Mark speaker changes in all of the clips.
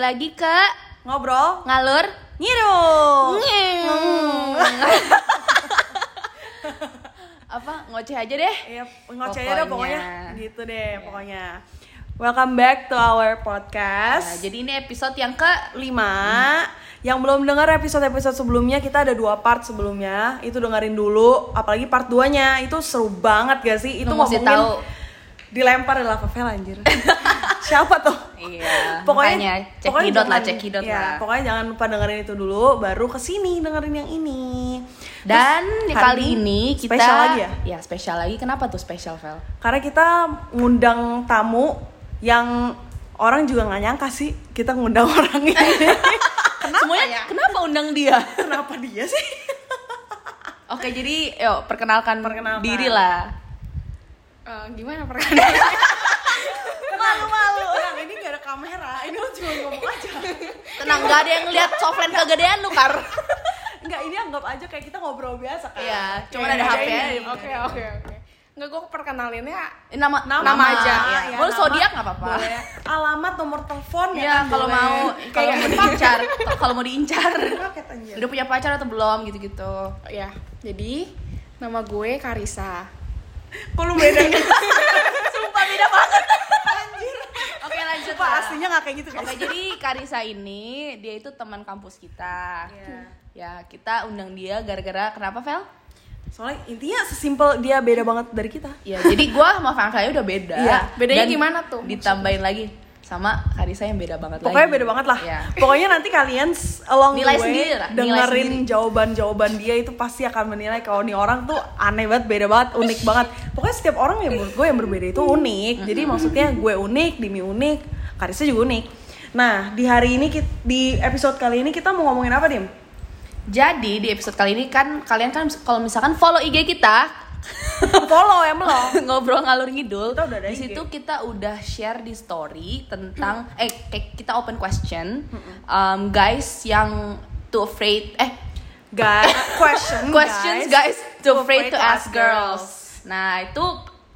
Speaker 1: lagi ke
Speaker 2: Ngobrol
Speaker 1: ngalur
Speaker 2: ngiru.
Speaker 1: Ngeng. apa ngoceh aja deh
Speaker 2: Iya, ngoceh aja dah
Speaker 1: Pokoknya.
Speaker 2: pokoknya. Gitu deh pokoknya. Welcome back to our
Speaker 1: Nah,
Speaker 2: podcast.
Speaker 1: jadi ini episode yang ke
Speaker 2: lima Yang belum dengar episode-episode sebelumnya kita ada dua part sebelumnya. Itu dengerin dulu, apalagi part 2-nya itu seru banget gak sih? Itu
Speaker 1: Lu mesti
Speaker 2: ngomongin
Speaker 1: tahu.
Speaker 2: dilempar di lava Velva, anjir. Siapa tuh?
Speaker 1: iya
Speaker 2: pokoknya
Speaker 1: makanya cek
Speaker 2: pokoknya
Speaker 1: hidot lah
Speaker 2: jangan-
Speaker 1: cek hidot
Speaker 2: ya,
Speaker 1: lah
Speaker 2: pokoknya jangan lupa dengerin itu dulu baru kesini dengerin yang ini Terus
Speaker 1: dan
Speaker 2: hari
Speaker 1: kali ini kita
Speaker 2: spesial lagi ya
Speaker 1: spesial lagi kenapa tuh spesial Vel
Speaker 2: karena kita ngundang tamu yang orang juga nggak nyangka sih kita ngundang orang ini
Speaker 1: kenapa ya? semuanya kenapa undang dia
Speaker 2: kenapa dia sih
Speaker 1: oke jadi yuk perkenalkan,
Speaker 2: Perkenalkan.
Speaker 1: diri lah
Speaker 3: Eh, gimana perkenalan?
Speaker 2: malu malu Tenang, ini nggak ada kamera ini lo cuma ngomong aja
Speaker 1: tenang gak ada yang lihat softline kegedean lu kar
Speaker 2: nggak ini anggap aja kayak kita ngobrol biasa kan
Speaker 1: Iya, cuman
Speaker 2: Kayak
Speaker 1: ada HP
Speaker 2: ini.
Speaker 1: aja.
Speaker 3: Oke, oke, oke. Enggak gue perkenalinnya
Speaker 1: Eh, nama
Speaker 2: nama,
Speaker 1: aja
Speaker 2: ya,
Speaker 1: ya. boleh
Speaker 2: nama.
Speaker 1: zodiak nggak apa-apa
Speaker 2: Boleh. alamat nomor telepon
Speaker 1: Iya,
Speaker 2: kan,
Speaker 1: kalau
Speaker 2: boleh.
Speaker 1: mau kalau
Speaker 2: Kayak- gitu,
Speaker 1: mau diincar, kalau mau diincar.
Speaker 2: Roket, anjir.
Speaker 1: Udah punya pacar atau belum gitu-gitu.
Speaker 3: ya. Jadi nama gue Karisa.
Speaker 2: Kok lu beda
Speaker 1: Sumpah beda banget. Oke, lanjut.
Speaker 2: Pak
Speaker 1: lah.
Speaker 2: aslinya nggak kayak gitu guys.
Speaker 1: Oke, jadi Karisa ini dia itu teman kampus kita.
Speaker 2: Iya.
Speaker 1: Ya, kita undang dia gara-gara kenapa, Vel?
Speaker 2: Soalnya intinya sesimpel dia beda banget dari kita.
Speaker 1: Ya, jadi gua sama Fangkanya udah beda.
Speaker 2: Iya,
Speaker 3: bedanya gimana tuh
Speaker 1: Ditambahin lagi sama Karisa yang beda banget
Speaker 2: Pokoknya
Speaker 1: lagi.
Speaker 2: beda banget lah.
Speaker 1: Iya.
Speaker 2: Pokoknya nanti kalian s- along the
Speaker 1: Nilai
Speaker 2: way
Speaker 1: sendiri lah, nilai
Speaker 2: dengerin
Speaker 1: sendiri.
Speaker 2: jawaban-jawaban dia itu pasti akan menilai kalau nih orang tuh aneh banget, beda banget, unik banget. Pokoknya setiap orang yang menurut gue yang berbeda itu unik. Jadi maksudnya gue unik, Dimi unik, Karisa juga unik. Nah, di hari ini kit- di episode kali ini kita mau ngomongin apa, Dim?
Speaker 1: Jadi di episode kali ini kan kalian kan kalau misalkan follow IG kita,
Speaker 2: Follow
Speaker 1: ya,
Speaker 2: em lo.
Speaker 1: ngobrol ngalur ngidul.
Speaker 2: Kita udah ada
Speaker 1: Di
Speaker 2: IG.
Speaker 1: situ kita udah share di story tentang eh kayak kita open question um, guys yang too afraid eh
Speaker 2: Guys, question
Speaker 1: questions Mm, guys, too afraid to ask girls.
Speaker 2: girls.
Speaker 1: Nah, itu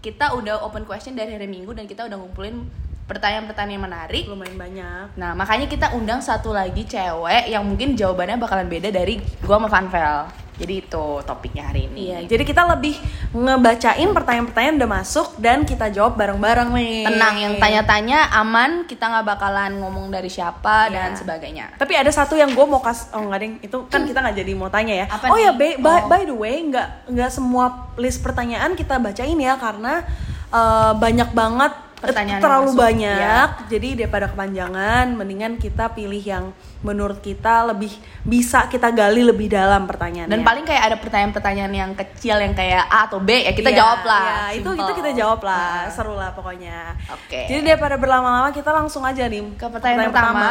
Speaker 1: kita udah open question dari hari Minggu dan kita udah ngumpulin pertanyaan-pertanyaan yang menarik.
Speaker 2: Lumayan banyak.
Speaker 1: Nah, makanya kita undang satu lagi cewek yang mungkin jawabannya bakalan beda dari gua sama Vanvel. Jadi itu topiknya hari ini.
Speaker 2: Iya, jadi kita lebih ngebacain pertanyaan-pertanyaan udah masuk dan kita jawab bareng-bareng nih.
Speaker 1: tenang yang tanya-tanya aman kita nggak bakalan ngomong dari siapa dan
Speaker 2: Iya.
Speaker 1: sebagainya
Speaker 2: Tapi ada satu yang gue mau kas, oh nggak ding, itu kan kita nggak jadi mau tanya ya.
Speaker 1: Apa
Speaker 2: oh ya,
Speaker 1: nih?
Speaker 2: by, by-
Speaker 1: Oh.
Speaker 2: by the way, nggak nggak semua list pertanyaan kita bacain ya karena eh, banyak banget
Speaker 1: Pertanyaan yang
Speaker 2: terlalu
Speaker 1: masuk, iya.
Speaker 2: banyak. Jadi daripada kepanjangan, mendingan kita pilih yang menurut kita lebih bisa kita gali lebih dalam ya. pertanyaannya.
Speaker 1: dan paling kayak ada pertanyaan-pertanyaan yang kecil yang kayak A atau B ya kita
Speaker 2: Iya,
Speaker 1: jawab lah
Speaker 2: iya, itu
Speaker 1: Simple.
Speaker 2: itu kita jawab lah,
Speaker 1: Nah,
Speaker 2: seru lah pokoknya.
Speaker 1: Oke.
Speaker 2: Jadi daripada berlama-lama kita langsung aja nih
Speaker 1: ke pertanyaan, pertama,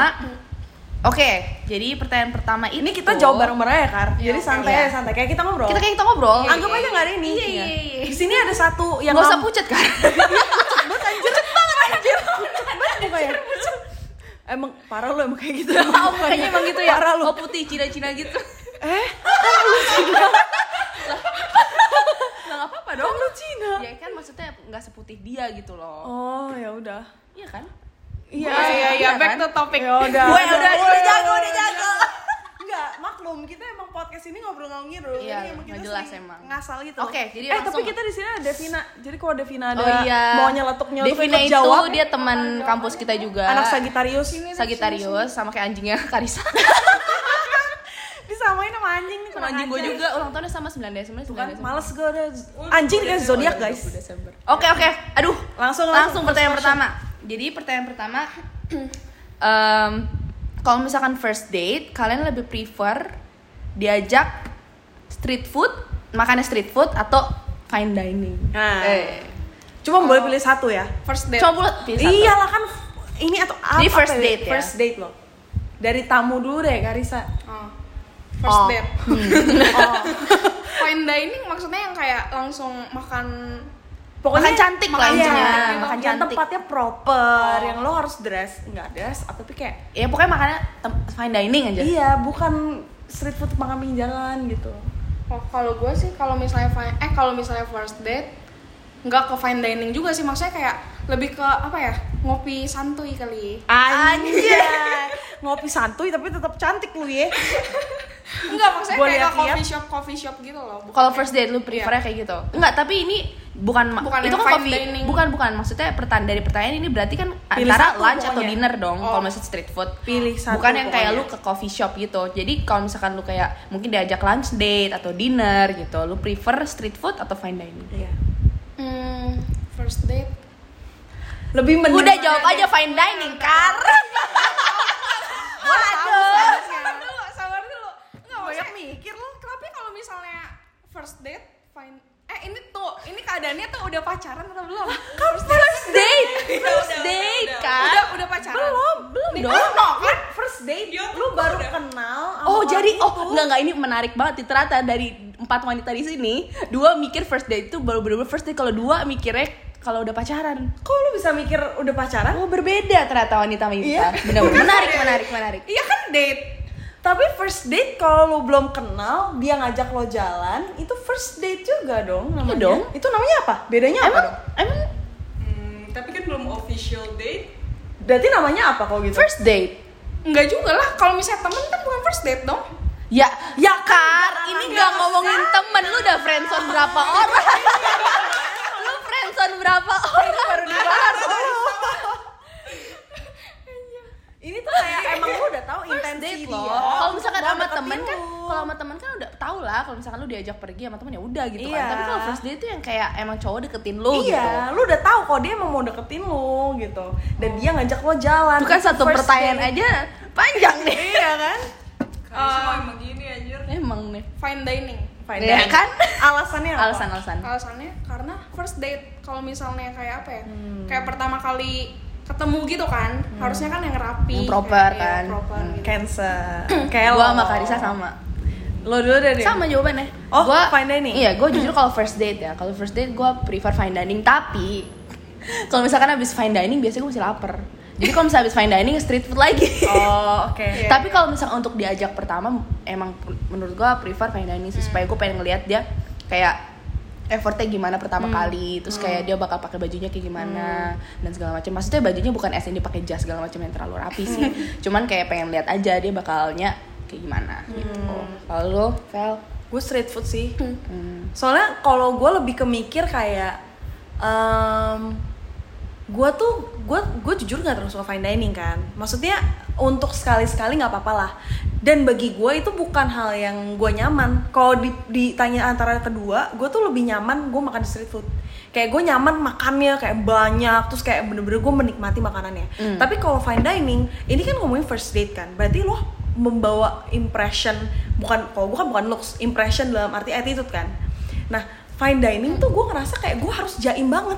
Speaker 1: oke jadi pertanyaan pertama
Speaker 2: Ini kita jawab bareng-bareng ya, Kar.
Speaker 3: Iya,
Speaker 2: Jadi
Speaker 3: oke.
Speaker 2: santai
Speaker 1: Iya.
Speaker 2: aja, santai kayak kita ngobrol.
Speaker 1: kita kayak kita ngobrol
Speaker 3: Iya,
Speaker 2: Anggap aja nggak ada ini.
Speaker 3: Iya, iya, iya.
Speaker 2: Di sini ada satu yang
Speaker 1: nggak usah
Speaker 2: ngam-
Speaker 1: pucet kan
Speaker 2: apa ya? Emang parah lu emang kayak gitu.
Speaker 1: oh mukanya emang gitu ya
Speaker 2: Parah lu.
Speaker 1: oh putih cina-cina gitu
Speaker 2: Eh,
Speaker 1: nggak apa-apa
Speaker 2: padahal
Speaker 1: dong
Speaker 2: lu Cina.
Speaker 1: ya kan maksudnya nggak seputih dia gitu loh
Speaker 2: Oh, ya udah.
Speaker 1: iya kan
Speaker 2: Iya,
Speaker 3: Iya, iya, iya,
Speaker 1: kan?
Speaker 3: back to topic.
Speaker 2: Ya udah.
Speaker 1: Gue udah, udah jago,
Speaker 2: udah
Speaker 1: udah jago.
Speaker 2: Enggak, maklum kita emang podcast ini ngobrol ngawur ngidul.
Speaker 1: Iya,
Speaker 2: Jadi emang
Speaker 1: nggak
Speaker 2: kita
Speaker 1: jelas
Speaker 2: sering
Speaker 1: emang.
Speaker 2: Ngasal gitu.
Speaker 1: Oke, jadi
Speaker 2: eh tapi
Speaker 1: langsung.
Speaker 2: kita di sini ada Devina. Jadi kalau Devina ada
Speaker 1: Oh iya.
Speaker 2: mau nyeletuk nyeletuk
Speaker 1: Devina
Speaker 2: ikut
Speaker 1: itu
Speaker 2: jawab,
Speaker 1: dia teman kampus kita juga.
Speaker 2: anak Sagitarius
Speaker 1: Sagitarius sama kayak anjingnya Karisa.
Speaker 2: disamain sama anjing nih
Speaker 1: sama anjing gue juga ulang tahunnya sama 9 Desember. 9
Speaker 2: kan
Speaker 1: Desember.
Speaker 2: males gue udah anjing dengan zodiak guys
Speaker 1: 20 Desember. Oke oke. Aduh.
Speaker 2: Langsung, langsung.
Speaker 1: langsung
Speaker 2: First
Speaker 1: pertanyaan
Speaker 2: question.
Speaker 1: pertama. Jadi pertanyaan pertama em, kalau misalkan first date, kalian lebih prefer diajak street food, makannya street food atau fine dining?
Speaker 2: Nah.
Speaker 1: Eh.
Speaker 2: cuma boleh pilih satu ya
Speaker 3: First date.
Speaker 1: Coba bulat pilih satu.
Speaker 2: iyalah kan ini atau apa
Speaker 1: Ini first
Speaker 2: apa
Speaker 1: date ya?
Speaker 2: first date loh dari tamu dulu deh Karisa
Speaker 3: Oh, First
Speaker 1: Oh.
Speaker 3: date.
Speaker 2: oh.
Speaker 3: Fine dining maksudnya yang kayak langsung makan
Speaker 2: pokoknya
Speaker 1: Makan cantik lah
Speaker 2: makan
Speaker 1: intinya,
Speaker 2: cantik,
Speaker 1: makan
Speaker 2: yang
Speaker 1: cantik. Oh.
Speaker 2: tempatnya proper yang lo harus dress nggak dress atau tapi kayak
Speaker 1: Ya pokoknya makannya tem- fine dining aja.
Speaker 2: iya bukan street food makan pinggir jalan gitu
Speaker 3: Oh, kalau gue sih kalau misalnya fine, eh kalau misalnya first date nggak ke fine dining juga sih maksudnya kayak lebih ke apa ya ngopi santuy kali.
Speaker 2: Anjir. Ngopi santuy tapi tetap cantik lu ya.
Speaker 3: Enggak maksudnya
Speaker 2: Gua
Speaker 3: kayak
Speaker 2: liat-liat.
Speaker 3: coffee shop coffee shop gitu loh. bukan
Speaker 1: Kalau
Speaker 3: kayak-
Speaker 1: first date lu prefernya kayak gitu. Enggak, tapi ini bukan, ma-
Speaker 3: Bukan
Speaker 1: itu kan
Speaker 3: yang fine
Speaker 1: coffee.
Speaker 3: dining.
Speaker 1: Bukan, bukan. Maksudnya pertan dari pertanyaan ini berarti kan
Speaker 2: Pilih
Speaker 1: antara
Speaker 2: satu
Speaker 1: lunch atau
Speaker 2: pokoknya.
Speaker 1: dinner dong
Speaker 3: Oh.
Speaker 1: kalau maksud street food.
Speaker 2: Pilih satu
Speaker 1: bukan yang kayak lu
Speaker 2: pokoknya.
Speaker 1: ke coffee shop gitu. Jadi kalau misalkan lu kayak mungkin diajak lunch date atau dinner gitu, lu prefer street food atau fine dining?
Speaker 2: Iya.
Speaker 3: Hmm, first date.
Speaker 2: Lebih mending
Speaker 1: Udah jawab aja fine dining, Kar. Waduh.
Speaker 3: Sabar dulu, sabar dulu. Enggak
Speaker 2: Banyak
Speaker 3: maksudnya mikir lu. Kenapa kalau misalnya first date fine Eh ini tuh, ini keadaannya tuh udah pacaran atau belum? First date.
Speaker 1: First date, first date, Kar.
Speaker 3: Udah, udah pacaran.
Speaker 2: belum, belum
Speaker 1: Nih,
Speaker 2: dong.
Speaker 1: belum dong,
Speaker 2: Kan first date lu baru kenal. sama
Speaker 1: Oh
Speaker 2: orang
Speaker 1: jadi
Speaker 2: itu.
Speaker 1: oh enggak enggak ini menarik banget ternyata dari empat wanita di sini dua mikir first date itu baru bener first date kalau dua mikirnya kalau udah pacaran.
Speaker 2: Kok lu bisa mikir udah pacaran?
Speaker 1: Oh berbeda ternyata wanita sama
Speaker 2: Iya.
Speaker 1: kita. Benar menarik menarik menarik.
Speaker 2: Iya kan date. Tapi first date kalau lu belum kenal, dia ngajak lo jalan, itu first date juga dong namanya.
Speaker 1: Iya dong.
Speaker 2: Itu namanya apa? Bedanya Iya, apa
Speaker 1: Emang
Speaker 2: dong?
Speaker 1: emang
Speaker 4: Hmm, tapi kan belum official date.
Speaker 2: Berarti namanya apa kalau gitu?
Speaker 1: first date.
Speaker 3: Enggak juga lah, kalau misalnya temen kan bukan first date dong.
Speaker 1: Ya, ya Kar, ini nggak ngomongin temen lu udah friendzone berapa orang? lu friendzone berapa orang?
Speaker 2: baru dibahas. Ini tuh kayak emang lu udah tahu
Speaker 1: First
Speaker 2: intensi
Speaker 1: date
Speaker 2: dia.
Speaker 1: loh. Kalau misalkan
Speaker 2: udah
Speaker 1: sama
Speaker 2: deketin
Speaker 1: temen kan,
Speaker 2: lu.
Speaker 1: kalau sama temen kan udah tau lah. Kalau misalkan lu diajak pergi sama temen ya udah gitu
Speaker 2: Iya.
Speaker 1: kan. Tapi kalau first date tuh yang kayak emang cowok deketin lu
Speaker 2: iya,
Speaker 1: gitu.
Speaker 2: lu udah tahu kok dia emang mau deketin lu gitu. Dan dia ngajak lo jalan.
Speaker 1: Bukan
Speaker 2: Itu
Speaker 1: satu
Speaker 2: first
Speaker 1: pertanyaan
Speaker 2: date.
Speaker 1: aja panjang nih.
Speaker 2: Iya kan?
Speaker 4: Kalian semua emang gini anjir.
Speaker 1: Emang nih.
Speaker 3: Fine dining.
Speaker 2: Fine
Speaker 1: Iya
Speaker 2: dining.
Speaker 1: kan?
Speaker 2: Alasannya apa?
Speaker 1: Alasan-alasan.
Speaker 3: Alasannya karena first date kalau misalnya kayak apa ya? Kayak pertama kali ketemu gitu kan, harusnya kan yang rapi.
Speaker 1: Yang proper
Speaker 3: kayak- iya,
Speaker 1: kan.
Speaker 3: proper
Speaker 1: Hmm.
Speaker 3: gitu.
Speaker 2: Cancer. Kayak
Speaker 1: Gua
Speaker 2: lo.
Speaker 1: sama Karisa sama.
Speaker 2: Lo dulu deh. Din.
Speaker 1: Sama jawabannya.
Speaker 2: Oh,
Speaker 1: gua,
Speaker 2: fine dining.
Speaker 1: Iya, gue jujur kalau first date ya. Kalau first date gue prefer fine dining. Tapi kalau misalkan abis fine dining biasanya gue masih lapar. Jadi kalau misalnya abis fine dining street food lagi.
Speaker 2: Oh, oke.
Speaker 3: Iya.
Speaker 1: Tapi kalau misalkan untuk diajak pertama, emang menurut gue prefer fine dining sih. Supaya gue pengen ngeliat dia kayak effortnya gimana pertama kali, terus kayak dia bakal pakai bajunya kayak gimana dan segala macam. Maksudnya bajunya bukan as in dia pakai jas segala macam yang terlalu rapi sih. Cuman kayak pengen lihat aja dia bakalnya kayak gimana gitu. Kalau lu, Vel?
Speaker 2: Gue street food sih.
Speaker 1: Hmm.
Speaker 2: Soalnya kalau gue lebih ke mikir kayak em gue tuh gue gue jujur nggak terlalu suka fine dining kan maksudnya untuk sekali sekali nggak apa-apa lah dan bagi gue itu bukan hal yang gue nyaman kalau di- ditanya antara kedua gue tuh lebih nyaman gue makan di street food kayak gue nyaman makannya kayak banyak terus kayak bener-bener gue menikmati makanannya tapi kalau fine dining ini kan ngomongin first date kan berarti lo membawa impression bukan kalau gue kan bukan looks impression dalam arti attitude kan nah fine dining tuh gue ngerasa kayak gue harus jaim banget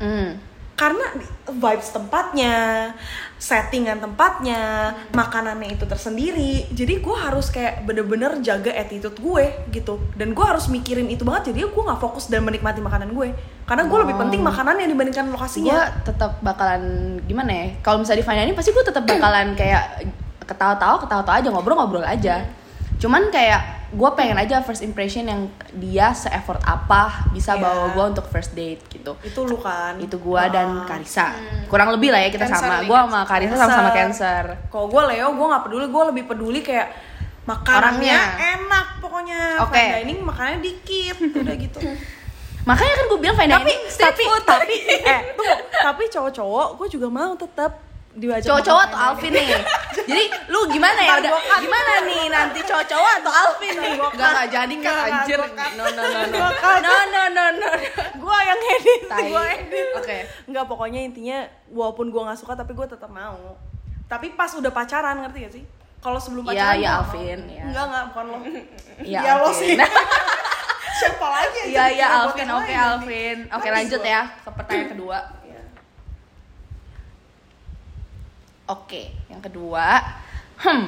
Speaker 1: Hmm.
Speaker 2: karena vibes tempatnya, settingan tempatnya, makanannya itu tersendiri. Jadi gue harus kayak bener-bener jaga attitude gue gitu. Dan gue harus mikirin itu banget. Jadi gue nggak fokus dan menikmati makanan gue. Karena gue lebih penting makanannya dibandingkan
Speaker 1: Gue
Speaker 2: lokasinya.
Speaker 1: tetap bakalan gimana ya? Kalau misalnya di final ini pasti gue tetap bakalan kayak ketawa-tawa, ketawa-tawa aja ngobrol-ngobrol aja. Cuman kayak gue pengen aja first impression yang dia se-effort apa bisa
Speaker 2: Iya.
Speaker 1: bawa gue untuk first date gitu.
Speaker 2: Itu lu kan.
Speaker 1: Itu gue dan
Speaker 2: Ah.
Speaker 1: Karisa. Kurang lebih lah ya kita
Speaker 3: Cancer
Speaker 1: sama.
Speaker 3: nih,
Speaker 1: Gue sama Karisa sama-sama cancer.
Speaker 2: Kalau gue Leo, gue nggak peduli. Gue lebih peduli kayak makanannya
Speaker 1: Orangnya.
Speaker 2: enak pokoknya.
Speaker 1: Oke.
Speaker 2: Fine dining makanannya dikit. Udah gitu.
Speaker 1: Makanya kan gue bilang final
Speaker 2: tapi
Speaker 1: ini street
Speaker 2: tapi
Speaker 1: food.
Speaker 2: tapi eh tunggu tapi cowok-cowok gue juga mau tetap diwajak
Speaker 1: cowok-cowok atau Alvin nih jadi lu gimana ya udah gimana nih nanti cowok-cowok atau Alvin nih
Speaker 2: Gua
Speaker 1: gak gak jadi kan
Speaker 2: Nggak,
Speaker 1: anjir
Speaker 2: gua cut.
Speaker 1: no no no no no no no no
Speaker 2: gue yang edit
Speaker 1: Tai.
Speaker 2: gue edit
Speaker 1: Oke.
Speaker 2: nggak pokoknya intinya walaupun gue nggak suka tapi gue tetap mau tapi pas udah pacaran ngerti gak sih kalau sebelum
Speaker 1: Iya,
Speaker 2: pacaran
Speaker 1: iya,
Speaker 2: nggak mau.
Speaker 1: Alvin, iya.
Speaker 2: nggak nggak bukan lo
Speaker 1: Iya,
Speaker 2: Iya, lo sih
Speaker 1: Alvin.
Speaker 2: siapa lagi yang
Speaker 1: Iya
Speaker 2: jadi
Speaker 1: iya
Speaker 2: kira-kira
Speaker 1: Alvin
Speaker 2: lain
Speaker 1: oke
Speaker 2: nanti?
Speaker 1: Alvin oke
Speaker 2: Habis
Speaker 1: lanjut
Speaker 2: gua.
Speaker 1: ya ke pertanyaan kedua oke yang kedua hmm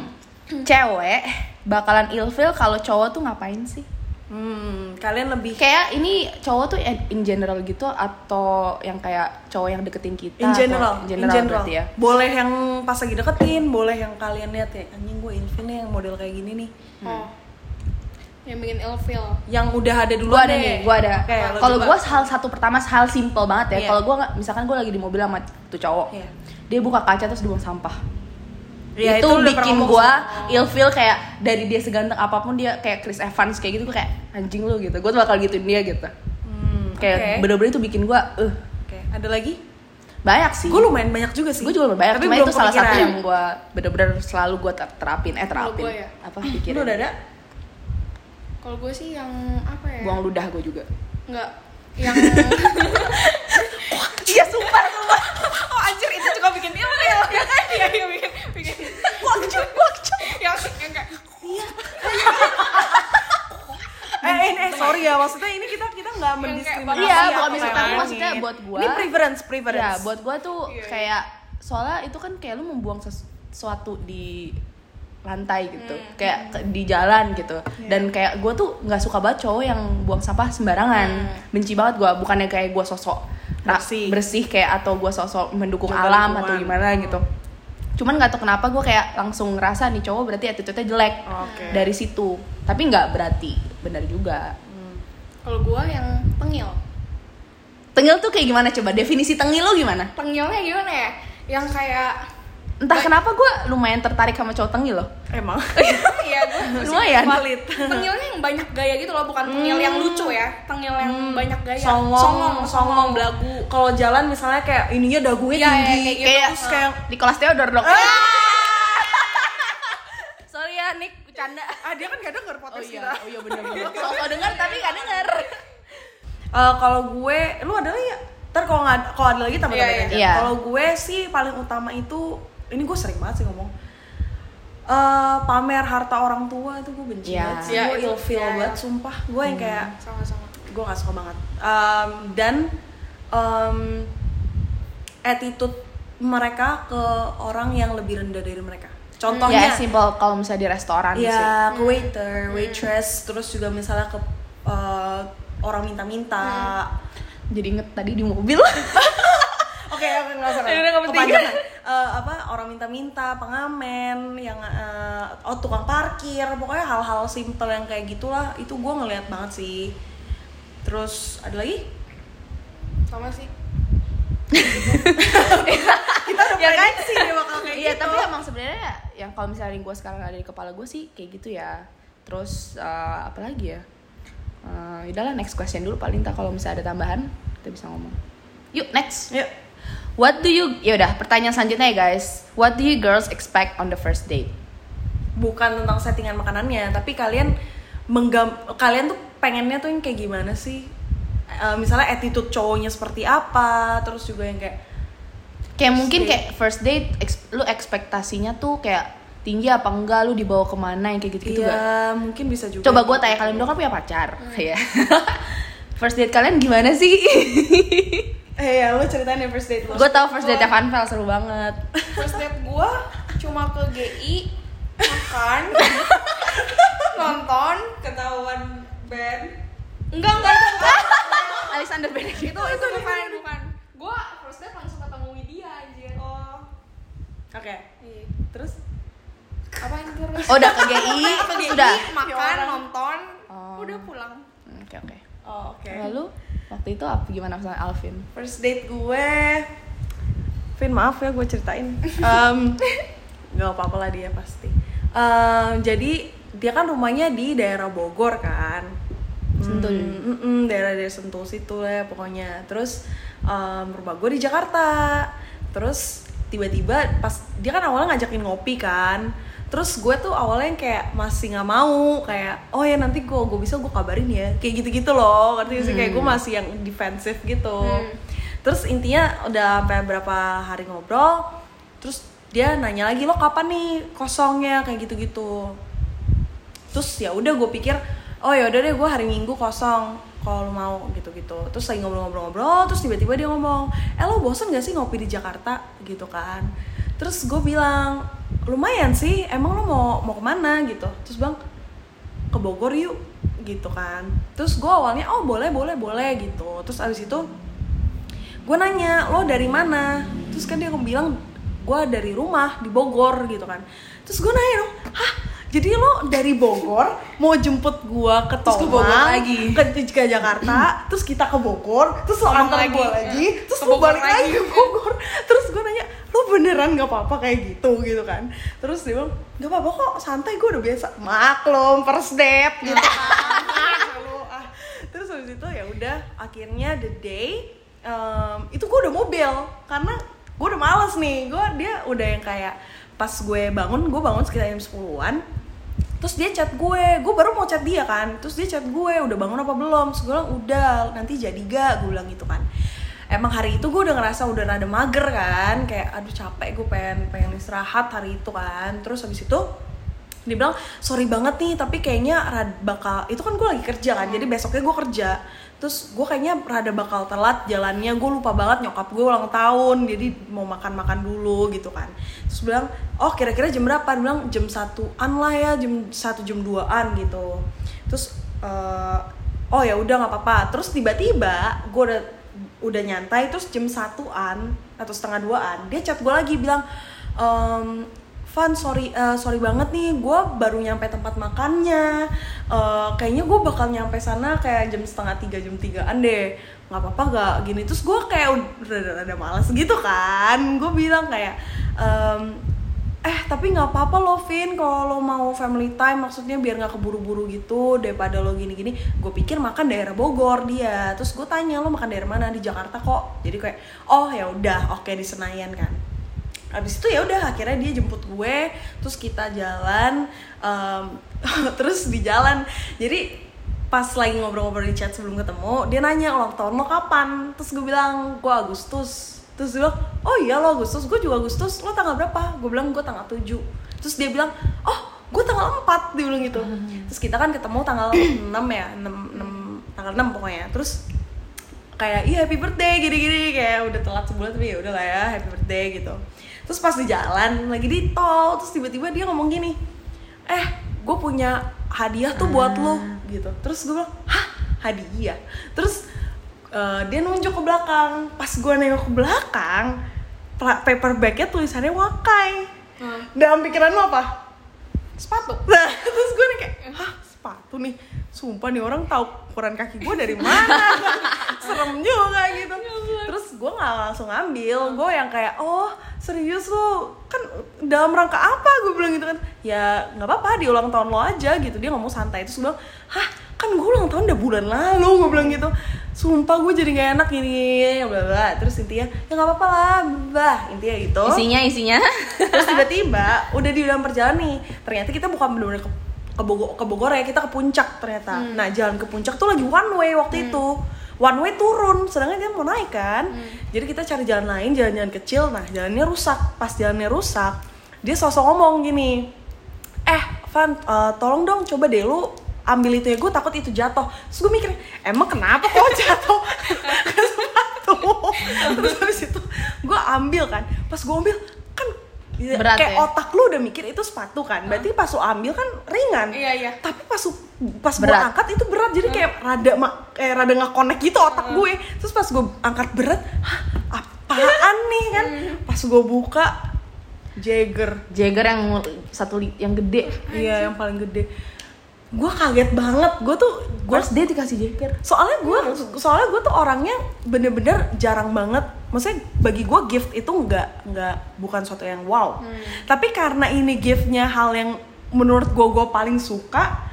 Speaker 1: cewek bakalan ilfil kalau cowok tuh ngapain sih
Speaker 2: hmm kalian lebih
Speaker 1: kayak ini cowok tuh in general gitu atau yang kayak cowok yang deketin kita
Speaker 2: in
Speaker 1: atau-
Speaker 2: general,
Speaker 1: Nah, in general, berarti ya
Speaker 2: boleh yang pas lagi
Speaker 3: Hmm.
Speaker 2: deketin boleh yang kalian lihat ya anjing gue ilfil nih yang model kayak gini nih
Speaker 3: Oh. yang bikin ilfeel
Speaker 2: yang udah ada dulu
Speaker 1: Gua ada nih, gua ada.
Speaker 2: Oke, lo
Speaker 1: kalau
Speaker 2: coba.
Speaker 1: gua hal satu pertama hal simple banget ya.
Speaker 2: Iya.
Speaker 1: Kalau gua nggak- misalkan gua lagi di mobil sama tuh cowok,
Speaker 2: Iya.
Speaker 1: dia buka kaca terus dibuang sampah.
Speaker 2: Ya, itu
Speaker 1: itu,
Speaker 2: udah pernah
Speaker 1: bikin
Speaker 2: ngomong
Speaker 1: gua ilfeel kayak dari dia seganteng apapun dia kayak Chris Evans kayak gitu gua kayak anjing lu gitu. Gua tuh bakal gituin dia gitu. Kayak
Speaker 2: Hmm, oke.
Speaker 1: bener-bener itu bikin gua eh
Speaker 2: Oke, ada lagi?
Speaker 1: banyak sih.
Speaker 2: Gue lumayan banyak juga sih.
Speaker 1: Gue juga lumayan
Speaker 2: Tapi
Speaker 1: banyak, cuma
Speaker 2: belum
Speaker 1: itu salah satu
Speaker 2: kepikiran.
Speaker 1: yang gue bener-bener selalu gue terapin, eh
Speaker 3: Kalau
Speaker 1: terapin,
Speaker 3: gua ya.
Speaker 1: apa pikirin,
Speaker 2: Lu udah ada?
Speaker 3: kalau gue sih yang apa ya
Speaker 1: buang ludah gue juga.
Speaker 3: nggak yang
Speaker 1: Iya sumpah sumpah.
Speaker 3: oh anjir itu juga bikin ilfeel ya kan iya iya bikin bikin wakcuk wakcuk yang yang kayak
Speaker 2: Eh, eh, eh, sorry ya, maksudnya ini kita kita nggak mendiskriminasi.
Speaker 1: Iya,
Speaker 2: apa
Speaker 1: bukan bisa
Speaker 2: yang
Speaker 1: tapi
Speaker 2: lain.
Speaker 1: maksudnya buat gue.
Speaker 2: Ini preference, preference.
Speaker 1: Ya, buat gue tuh
Speaker 4: Iya.
Speaker 1: kayak soalnya itu kan kayak lu membuang sesuatu di lantai gitu,
Speaker 2: Hmm,
Speaker 1: kayak ke- di jalan gitu.
Speaker 2: Iya.
Speaker 1: Dan kayak gue tuh nggak suka banget cowok yang buang sampah sembarangan. Benci banget gue, bukannya kayak gue sosok
Speaker 2: Hmm.
Speaker 1: ra-
Speaker 2: Bersih.
Speaker 1: bersih kayak atau gue sosok mendukung
Speaker 2: Jaga
Speaker 1: alam
Speaker 2: lingkungan.
Speaker 1: atau gimana gitu. Cuman nggak tau kenapa gue kayak langsung ngerasa nih cowok berarti attitude-nya jelek
Speaker 2: Oke.
Speaker 1: dari situ. Tapi nggak berarti benar juga.
Speaker 3: kalau gue yang tengil
Speaker 1: Tengil tuh kayak gimana coba? Definisi tengil lu gimana?
Speaker 3: tengilnya gimana ya yang kayak
Speaker 1: Entah kenapa gue lumayan tertarik sama cowok tengil loh.
Speaker 2: Emang.
Speaker 3: iya gue
Speaker 1: Lumayan.
Speaker 2: Valid.
Speaker 3: tengilnya yang banyak gaya gitu loh bukan tengil yang lucu ya tengil yang
Speaker 1: Hmm,
Speaker 3: banyak gaya
Speaker 2: Songong, songong,
Speaker 3: songong,
Speaker 2: belagu. Kalau jalan misalnya kayak ininya dagunya
Speaker 3: Iya, iya,
Speaker 2: tinggi,
Speaker 3: kayak gitu.
Speaker 1: Kayak
Speaker 2: terus kayak
Speaker 1: di kelas Theodor dong. Ah, Sorry ya Nick, bercanda.
Speaker 2: ah dia kan gak denger podcast kita.
Speaker 1: oh iya bener bener. Sok denger tapi gak denger.
Speaker 2: Eh, kalau gue, lu ada lagi ya? Ntar kalau nggak ada, kalau ada lagi tambah
Speaker 4: Iya,
Speaker 2: tambahin
Speaker 4: iya.
Speaker 2: aja.
Speaker 1: Iya.
Speaker 2: Kalau gue sih paling utama itu, ini gue sering banget sih ngomong. eh pamer harta orang tua itu gue benci
Speaker 1: Iya.
Speaker 2: banget sih.
Speaker 4: Iya,
Speaker 2: gue
Speaker 4: itu.
Speaker 2: ilfeel
Speaker 4: Iya, Hmm. iya.
Speaker 2: banget, sumpah. Gue yang kayak
Speaker 3: sama sama
Speaker 2: gue gak suka banget Em, dan em, attitude mereka ke orang yang lebih rendah dari mereka
Speaker 1: Ya
Speaker 4: Iya,
Speaker 2: contohnya
Speaker 1: simple kalau misalnya di restoran sih.
Speaker 2: ya ke
Speaker 4: Hmm.
Speaker 2: waiter waitress terus juga misalnya ke eh, orang minta-minta
Speaker 4: Hmm.
Speaker 1: Jadi inget tadi di mobil.
Speaker 2: Oke, oke, nggak
Speaker 3: Iya,
Speaker 2: usah.
Speaker 1: Ya udah, nggak penting.
Speaker 2: Kepanjangan. Eh, apa orang minta-minta, pengamen, yang eh, oh tukang parkir, pokoknya hal-hal simpel yang kayak gitulah itu gue ngelihat banget sih. Terus ada lagi?
Speaker 3: sama sih
Speaker 2: Kita udah ya kan? sih dia bakal kayak
Speaker 1: Iya
Speaker 2: gitu.
Speaker 1: tapi emang sebenarnya yang kalau misalnya gue sekarang ada di kepala gue sih kayak gitu ya. Terus eh, apa lagi ya? Eh, udahlah next question dulu paling tak kalau misalnya ada tambahan kita bisa ngomong. Yuk next.
Speaker 2: Yuk.
Speaker 1: What do you ya udah pertanyaan selanjutnya ya guys. What do you girls expect on the first date?
Speaker 2: bukan tentang settingan makanannya, tapi kalian menggam kalian tuh pengennya tuh yang kayak gimana sih? Eh, misalnya attitude cowoknya seperti apa, terus juga yang kayak
Speaker 1: Kayak mungkin kayak first date ex- lu ekspektasinya tuh kayak tinggi apa enggak lu dibawa kemana yang kayak gitu-gitu
Speaker 2: iya,
Speaker 1: gak?
Speaker 2: mungkin bisa juga.
Speaker 1: Coba gue tanya kalian dong kan punya pacar ya. first date kalian gimana sih?
Speaker 2: Eh, ya, lo ceritain deh first date lo.
Speaker 1: gue tau first date Vanvel seru banget.
Speaker 3: first date gue cuma ke GI makan nonton
Speaker 4: ketahuan band
Speaker 3: enggak enggak itu
Speaker 1: Alexander gitu. Benedict.
Speaker 3: bukan itu, itu bukan bukan gue first date langsung ketemu Widya anjir oh
Speaker 2: Oke.
Speaker 3: iya
Speaker 2: Terus
Speaker 3: apa yang terus
Speaker 1: Oh, udah ke GI,
Speaker 3: ke GI
Speaker 1: sudah.
Speaker 3: makan nonton
Speaker 1: Oh.
Speaker 3: udah pulang
Speaker 1: Hmm, Oke oke.
Speaker 2: Oh, oke.
Speaker 1: Lalu waktu itu apa gimana sama Alvin?
Speaker 2: First date gue Vin maaf ya gue ceritain. Em gak apa-apa lah dia pasti. Em, jadi dia kan rumahnya di daerah Bogor kan.
Speaker 1: Sentul.
Speaker 2: Mm, mm, daerah daerah Sentul situ ya pokoknya. Terus em, rumah gue di Jakarta. Terus tiba-tiba pas dia kan awalnya ngajakin ngopi kan. Terus gue tuh awalnya yang kayak masih nggak mau kayak oh ya nanti gue gue bisa gue kabarin ya kayak gitu-gitu loh ngerti nggak sih kayak gue masih yang defensif gitu. Terus intinya udah sampai berapa hari ngobrol, terus dia nanya lagi lo kapan nih kosongnya kayak gitu-gitu. Terus ya udah gue pikir, oh ya udah deh gue hari Minggu kosong kalau lo mau gitu-gitu. Terus lagi ngobrol-ngobrol-ngobrol, terus tiba-tiba dia ngomong, eh lo bosen gak sih ngopi di Jakarta gitu kan? Terus gue bilang, lumayan sih, emang lo mau mau kemana gitu? Terus bang, ke Bogor yuk gitu kan terus gue awalnya oh boleh boleh boleh gitu terus abis itu gue nanya lo dari mana terus kan dia bilang gue dari rumah di Bogor gitu kan terus gue nanya dong hah Jadi lo dari Bogor mau jemput gua ke
Speaker 1: Terus
Speaker 2: Tomang,
Speaker 1: ke Bogor lagi.
Speaker 2: ke, ke Jakarta, terus kita ke Bogor, terus lo
Speaker 3: Tomang
Speaker 2: antar gua
Speaker 3: lagi,
Speaker 2: lagi,
Speaker 3: iya.
Speaker 2: terus
Speaker 3: Ke
Speaker 2: lo
Speaker 3: Bogor
Speaker 2: Gitu, balik lagi
Speaker 3: lagi.
Speaker 2: ke Bogor. Terus gua nanya, lo beneran gak apa-apa kayak gitu gitu kan? Terus dia bilang, gak apa-apa kok, santai gua udah biasa. Maklum, first date gitu. Lu, ah. terus habis itu ya udah akhirnya the day em, itu gue udah mobil karena gue udah males nih gue dia udah yang kayak pas gue bangun gue bangun sekitar jam 10-an terus dia chat gue gue baru mau chat dia kan terus dia chat gue udah bangun apa belum terus gue bilang udah nanti jadi gak gue bilang gitu kan emang hari itu gue udah ngerasa udah rada mager kan kayak aduh capek gue pengen pengen istirahat hari itu kan terus habis itu dia bilang sorry banget nih tapi kayaknya rad- bakal itu kan gue lagi kerja kan jadi besoknya gue kerja terus gue kayaknya rada bakal telat jalannya gue lupa banget nyokap gue ulang tahun jadi mau makan makan dulu gitu kan terus bilang oh kira-kira jam berapa dia bilang jam satuan lah ya jam satu jam 2an gitu terus eh, oh ya udah nggak apa-apa terus tiba-tiba gue udah udah nyantai terus jam satuan atau setengah duaan dia chat gue lagi bilang ehm, Van, sorry, eh, sorry banget nih, gue baru nyampe tempat makannya. Eh, kayaknya gue bakal nyampe sana kayak jam setengah tiga, jam tigaan deh. Nggak apa-apa gak gini. Terus gue kayak udah rada males gitu kan. Gue bilang kayak, ehm, eh tapi nggak apa-apa lo Vin, kalau lo mau family time maksudnya biar nggak keburu-buru gitu daripada lo gini-gini. Gue pikir makan daerah Bogor dia. Terus gue tanya lo makan daerah mana di Jakarta kok. Jadi kayak, oh ya udah, oke di Senayan kan abis itu ya udah akhirnya dia jemput gue terus kita jalan em, terus di jalan jadi pas lagi ngobrol-ngobrol di chat sebelum ketemu dia nanya ulang tahun lo kapan terus gue bilang gue Agustus terus dia bilang oh iya lo Agustus gue juga Agustus lo tanggal berapa gue bilang gue tanggal 7 terus dia bilang oh gue tanggal 4 dia bilang gitu terus kita kan ketemu tanggal 6 ya 6, 6 tanggal 6 pokoknya terus kayak iya happy birthday gini-gini kayak udah telat sebulan tapi ya udah lah ya happy birthday gitu terus pas di jalan lagi di tol terus tiba-tiba dia ngomong gini eh gue punya hadiah tuh buat lo gitu terus gue bilang hah hadiah terus eh, dia nunjuk ke belakang pas gue nengok ke belakang pla- paperbacknya tulisannya wakai
Speaker 3: Hmm.
Speaker 2: dalam pikiran lo apa
Speaker 3: sepatu
Speaker 2: Nah, terus gue nih kayak, hah sepatu nih, sumpah nih orang tahu ukuran kaki gue dari mana, serem juga gitu. Terus gue nggak langsung ambil, gue yang kayak, oh serius lo, kan dalam rangka apa? Gue bilang gitu kan, ya nggak apa-apa di ulang tahun lo aja gitu. Dia ngomong santai, terus gue bilang, hah kan gue ulang tahun udah bulan lalu gue bilang gitu sumpah gue jadi gak enak gini bla bla terus intinya ya nggak apa-apa lah bah intinya gitu
Speaker 1: Isinya, isinya.
Speaker 2: terus tiba-tiba udah di dalam perjalanan nih ternyata kita bukan benar ke ke Bogor, ke Bogor ya kita ke puncak ternyata nah jalan ke puncak tuh lagi one way waktu itu one way turun sedangkan dia mau naik kan jadi kita cari jalan lain jalan-jalan kecil nah jalannya rusak pas jalannya rusak dia sosok ngomong gini eh Van eh, tolong dong coba deh lu ambil itu ya gue takut itu jatuh terus gue mikir emang kenapa kok jatuh ke sepatu terus habis itu gue ambil kan pas gue ambil kan
Speaker 1: Berat
Speaker 2: kayak
Speaker 1: ya?
Speaker 2: otak lu udah mikir itu sepatu kan berarti pas lu ambil kan ringan
Speaker 3: Iya, iya.
Speaker 2: tapi pas lu- pas gue
Speaker 1: Berat.
Speaker 2: angkat itu berat jadi kayak rada ma- kayak rada nggak connect gitu otak gue terus pas gue angkat berat hah apaan nih kan pas gue buka Jagger
Speaker 1: Jagger yang mul- satu li- yang gede.
Speaker 2: Iya yang paling gede. Gue kaget banget. Gue tuh gue
Speaker 1: Terus dia dikasih Iya, Jagger.
Speaker 2: soalnya gue soalnya gue tuh orangnya bener-bener jarang banget. Maksudnya bagi gue gift itu nggak nggak bukan suatu yang wow.
Speaker 1: Hmm.
Speaker 2: Tapi karena ini giftnya hal yang menurut gue gue paling suka,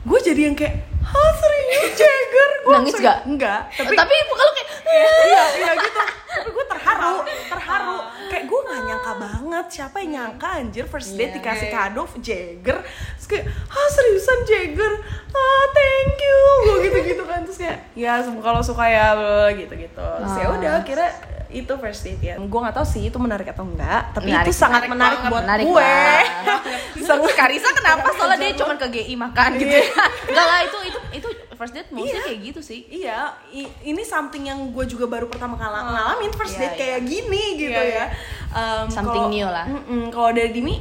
Speaker 2: gue jadi yang kayak Hah serius Jagger? Gua
Speaker 1: Nangis
Speaker 2: langsung-
Speaker 1: nggak?
Speaker 2: Nggak.
Speaker 1: Tapi, tapi muka lu kayak
Speaker 2: iya iya gitu tapi gue terharu terharu kayak gue gak nyangka banget siapa yang nyangka anjir first date
Speaker 1: Ah. Hmm. Iya.
Speaker 2: dikasih kado Jagger terus kayak ah seriusan Jagger ah thank you gue gitu gitu kan terus kayak ya semoga lo suka ya gitu gitu terus ya
Speaker 1: Ah.
Speaker 2: udah kira itu first date ya gue gak tahu sih itu menarik atau enggak tapi
Speaker 1: Menarik.
Speaker 2: itu sangat menarik,
Speaker 3: Menarik banget.
Speaker 2: buat
Speaker 1: Menarik
Speaker 2: gue
Speaker 1: banget. Terus Karisa kenapa? Soalnya dia cuma ke GI makan gitu. Enggak lah itu itu itu first date mostly kayak gitu sih.
Speaker 2: Iya, i- ini something yang gue juga baru pertama kali ngalamin first
Speaker 1: Iya,
Speaker 2: date kayak gini gitu
Speaker 3: Iya, iya.
Speaker 2: ya. Um,
Speaker 1: Something
Speaker 2: kalau-
Speaker 1: new lah.
Speaker 2: Mm-mm, kalau dari Dimi,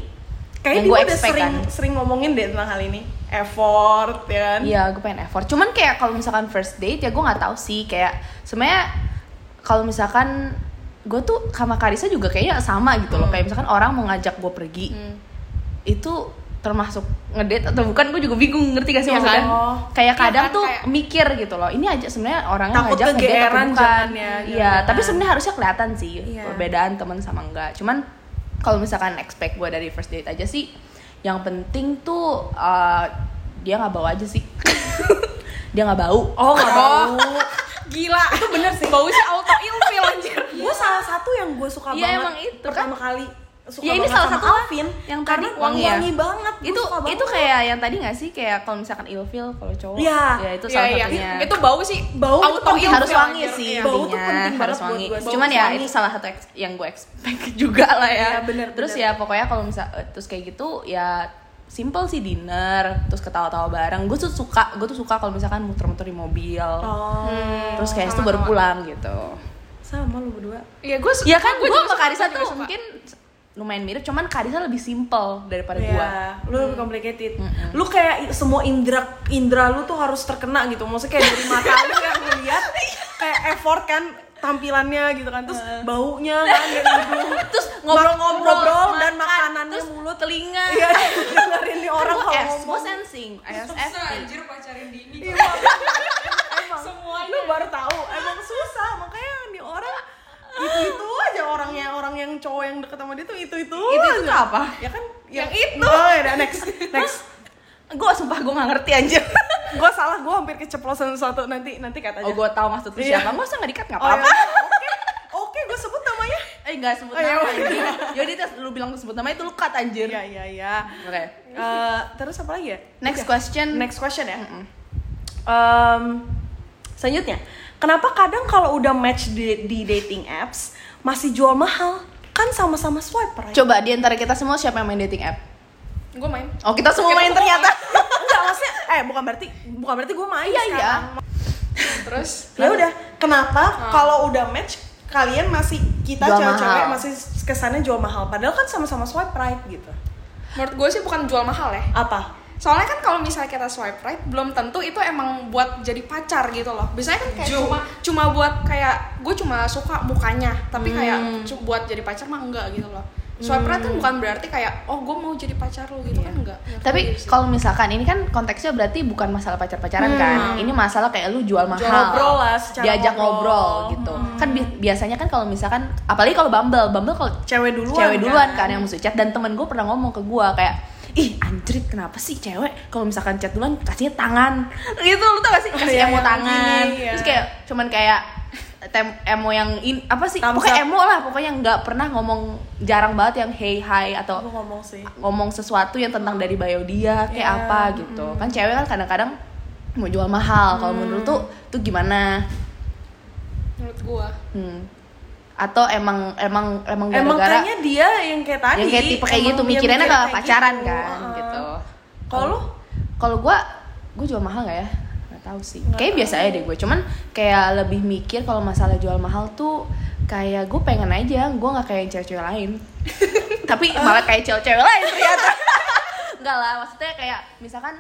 Speaker 2: kayaknya
Speaker 1: Yang
Speaker 2: Dimi
Speaker 1: gua
Speaker 2: udah
Speaker 1: expect
Speaker 2: sering
Speaker 1: kan.
Speaker 2: sering ngomongin deh tentang hal ini. Effort, ya kan?
Speaker 1: Iya, gue pengen effort. Cuman kayak kalau misalkan first date ya gue nggak tahu sih kayak sebenarnya kalau misalkan gue tuh Hmm. sama Karisa juga kayaknya sama gitu loh. Kayak misalkan orang mau ngajak gue pergi, itu termasuk ngedate atau bukan gue juga bingung ngerti gak sih
Speaker 2: Iya
Speaker 1: maksudnya
Speaker 2: kan? Oh.
Speaker 1: kayak
Speaker 3: Iya
Speaker 1: kadang
Speaker 3: kan,
Speaker 1: tuh
Speaker 3: kayak-
Speaker 1: mikir gitu loh ini aja sebenarnya orangnya
Speaker 2: Takut
Speaker 1: ngajak ngedate atau
Speaker 2: kegeeran
Speaker 1: bukan
Speaker 2: jalannya,
Speaker 1: iya
Speaker 2: gimana.
Speaker 1: tapi sebenarnya harusnya kelihatan sih
Speaker 2: Iya.
Speaker 1: perbedaan teman sama enggak cuman kalau misalkan expect gue dari first date aja sih yang penting tuh eh, dia nggak bau aja sih dia nggak bau
Speaker 2: Oh, nggak bau.
Speaker 3: Gila, itu bener sih. Bau sih auto ilfil anjir.
Speaker 2: Gue salah satu yang gue suka
Speaker 1: Iya,
Speaker 2: banget
Speaker 1: emang itu,
Speaker 2: pertama
Speaker 1: kan?
Speaker 2: kali suka
Speaker 1: Ya, ini
Speaker 2: banget
Speaker 1: salah
Speaker 2: sama
Speaker 1: satu lah
Speaker 2: Alvin
Speaker 1: yang
Speaker 2: karena
Speaker 1: tadi wangi ya.
Speaker 2: wangi banget. Gua
Speaker 1: itu
Speaker 2: suka banget.
Speaker 1: itu kayak yang tadi nggak sih kayak kalau misalkan ilfil kalau cowok
Speaker 2: Iya.
Speaker 1: ya itu salah
Speaker 3: Iya, iya.
Speaker 1: satunya
Speaker 3: Itu bau sih.
Speaker 2: Bau itu
Speaker 3: auto
Speaker 2: penting,
Speaker 3: ilfil
Speaker 1: kan Oh, harus wangi
Speaker 3: anjir.
Speaker 1: sih
Speaker 3: Iya.
Speaker 2: Bau tuh
Speaker 1: intinya,
Speaker 2: penting banget
Speaker 1: harus
Speaker 2: buat
Speaker 1: wangi.
Speaker 2: gua. Bau
Speaker 1: cuman
Speaker 2: harus
Speaker 1: ya
Speaker 2: wangi.
Speaker 1: itu salah satu ex- yang gue expect juga lah ya
Speaker 2: Iya, bener,
Speaker 1: terus
Speaker 2: bener.
Speaker 1: ya pokoknya kalau misal eh, terus kayak gitu ya simple sih dinner terus ketawa-tawa bareng gue tuh suka gue tuh suka kalau misalkan muter-muter di mobil
Speaker 2: Oh,
Speaker 1: terus kayak itu baru
Speaker 3: sama-sama.
Speaker 1: pulang gitu
Speaker 2: sama lu berdua.
Speaker 3: Iya, gue suka.
Speaker 1: ya kan gue
Speaker 3: gua juga
Speaker 1: sama
Speaker 3: suka,
Speaker 1: Karisa
Speaker 3: gua
Speaker 1: tuh
Speaker 3: juga suka.
Speaker 1: mungkin lumayan mirip cuman Karisa lebih simple daripada
Speaker 2: Iya,
Speaker 1: gue
Speaker 2: lu lebih
Speaker 1: Hmm.
Speaker 2: complicated. Lu kayak i- semua indra indra lu tuh harus terkena gitu. Maksudnya kayak dari mata lu yang ngeliat kayak effort kan tampilannya gitu kan. Terus baunya kan dari hidung.
Speaker 1: Hmm. terus ngobrol-ngobrol
Speaker 2: Ngobrol dan
Speaker 1: makan,
Speaker 2: makanannya
Speaker 1: terus mulut telinga
Speaker 2: Iya, dengerin nih orang
Speaker 1: Kan gua
Speaker 2: kalau
Speaker 1: S,
Speaker 2: ngomong.
Speaker 1: gua sensing ISFP
Speaker 4: Susah anjir pacarin dini
Speaker 2: Iya,
Speaker 4: kalau
Speaker 2: emang.
Speaker 4: semuanya
Speaker 2: Lu baru tahu, emang susah. Makanya nih orang itu-itu aja orangnya orang yang cowok yang deket sama dia tuh itu-itu.
Speaker 1: itu itu tuh apa
Speaker 2: Ya kan
Speaker 3: Yang
Speaker 2: itu. Oh, ya udah, next. Next.
Speaker 1: gue sumpah gue gak ngerti anjir
Speaker 2: gue salah gue hampir keceplosan sesuatu nanti nanti katanya
Speaker 1: oh gue tau maksud lu
Speaker 2: Iya.
Speaker 1: siapa gue usah gak dikat gak
Speaker 2: Oh, ya
Speaker 1: apa-apa
Speaker 2: udah, oke oke gue sebut namanya
Speaker 1: eh gak sebut
Speaker 2: Oh, iya.
Speaker 1: nama anjir yaudah terus lu bilang sebut nama itu lu cut anjir
Speaker 2: iya iya iya
Speaker 1: oke
Speaker 2: Eh, terus apa lagi ya Udah.
Speaker 1: next question
Speaker 2: next question ya
Speaker 1: Mm-mm.
Speaker 2: Em, selanjutnya kenapa kadang kalau udah match di, di dating apps masih jual mahal kan sama-sama swiper ya?
Speaker 1: coba di antara kita semua siapa yang main dating app
Speaker 3: Gue main.
Speaker 1: oh kita semua
Speaker 3: Kita
Speaker 1: main
Speaker 3: semua
Speaker 1: ternyata
Speaker 2: enggak maksudnya eh bukan berarti bukan berarti gue main
Speaker 1: iya iya Ah.
Speaker 2: sekarang.
Speaker 3: Terus
Speaker 2: ya udah kenapa kalau udah match kalian masih kita
Speaker 1: Jual
Speaker 2: cewek-cewek
Speaker 1: mahal.
Speaker 2: masih kesannya jual mahal padahal kan sama-sama swipe right gitu
Speaker 3: menurut gue sih bukan jual mahal ya.
Speaker 2: apa
Speaker 3: Soalnya kan kalau misalnya kita swipe right, belum tentu itu emang buat jadi pacar gitu loh. Biasanya kan kayak
Speaker 2: Ju.
Speaker 3: cuma cuma buat kayak gue cuma suka mukanya, tapi kayak cu- buat jadi pacar mah enggak gitu loh. Swipe right kan bukan berarti kayak oh gue mau jadi pacar lo gitu kan enggak. Menurut
Speaker 1: tapi
Speaker 3: gue gitu sih.
Speaker 1: kalau misalkan ini kan konteksnya berarti bukan masalah pacar-pacaran kan ini masalah kayak lu jual mahal
Speaker 2: ngobrol lah, secara
Speaker 1: diajak
Speaker 2: ngobrol.
Speaker 1: ngobrol, gitu kan bi- biasanya kan kalau misalkan apalagi kalau bumble bumble kalau
Speaker 2: cewek duluan
Speaker 1: cewek duluan kan, yang mesti chat dan temen gue pernah ngomong ke gue kayak ih anjrit kenapa sih cewek kalau misalkan chat duluan kasihnya tangan gitu lu tau gak sih kasih
Speaker 2: iya,
Speaker 1: emo
Speaker 2: yang
Speaker 1: tangan
Speaker 2: gini, iya.
Speaker 1: terus kayak cuman kayak tem emo yang in, apa sih
Speaker 2: Thumbs
Speaker 1: pokoknya
Speaker 2: up.
Speaker 1: emo lah pokoknya nggak pernah ngomong jarang banget yang hey hi atau
Speaker 2: Gua ngomong sih
Speaker 1: ngomong sesuatu yang tentang dari bio dia kayak
Speaker 2: Iya,
Speaker 1: apa gitu kan cewek kan kadang-kadang mau jual mahal kalau menurut tuh
Speaker 2: Hmm.
Speaker 1: tuh gimana
Speaker 3: menurut gue
Speaker 1: hmm. atau emang emang emang
Speaker 2: emang
Speaker 1: gara-gara
Speaker 2: kayaknya dia yang kayak tadi
Speaker 1: yang kayak tipe kayak
Speaker 2: emang
Speaker 1: gitu
Speaker 2: dia
Speaker 1: mikirannya
Speaker 2: mikirnya
Speaker 1: kalau
Speaker 2: kayak
Speaker 1: pacaran
Speaker 2: gitu.
Speaker 1: kan
Speaker 2: Uh-uh.
Speaker 1: gitu
Speaker 2: kalau lu
Speaker 1: kalau gue gue jual mahal gak ya nggak tahu sih kayak biasa aja deh gue cuman kayak lebih mikir kalau masalah jual mahal tuh kayak gue pengen aja gue nggak kayak cewek-cewek lain tapi malah kayak cewek-cewek lain ternyata enggak lah maksudnya kayak misalkan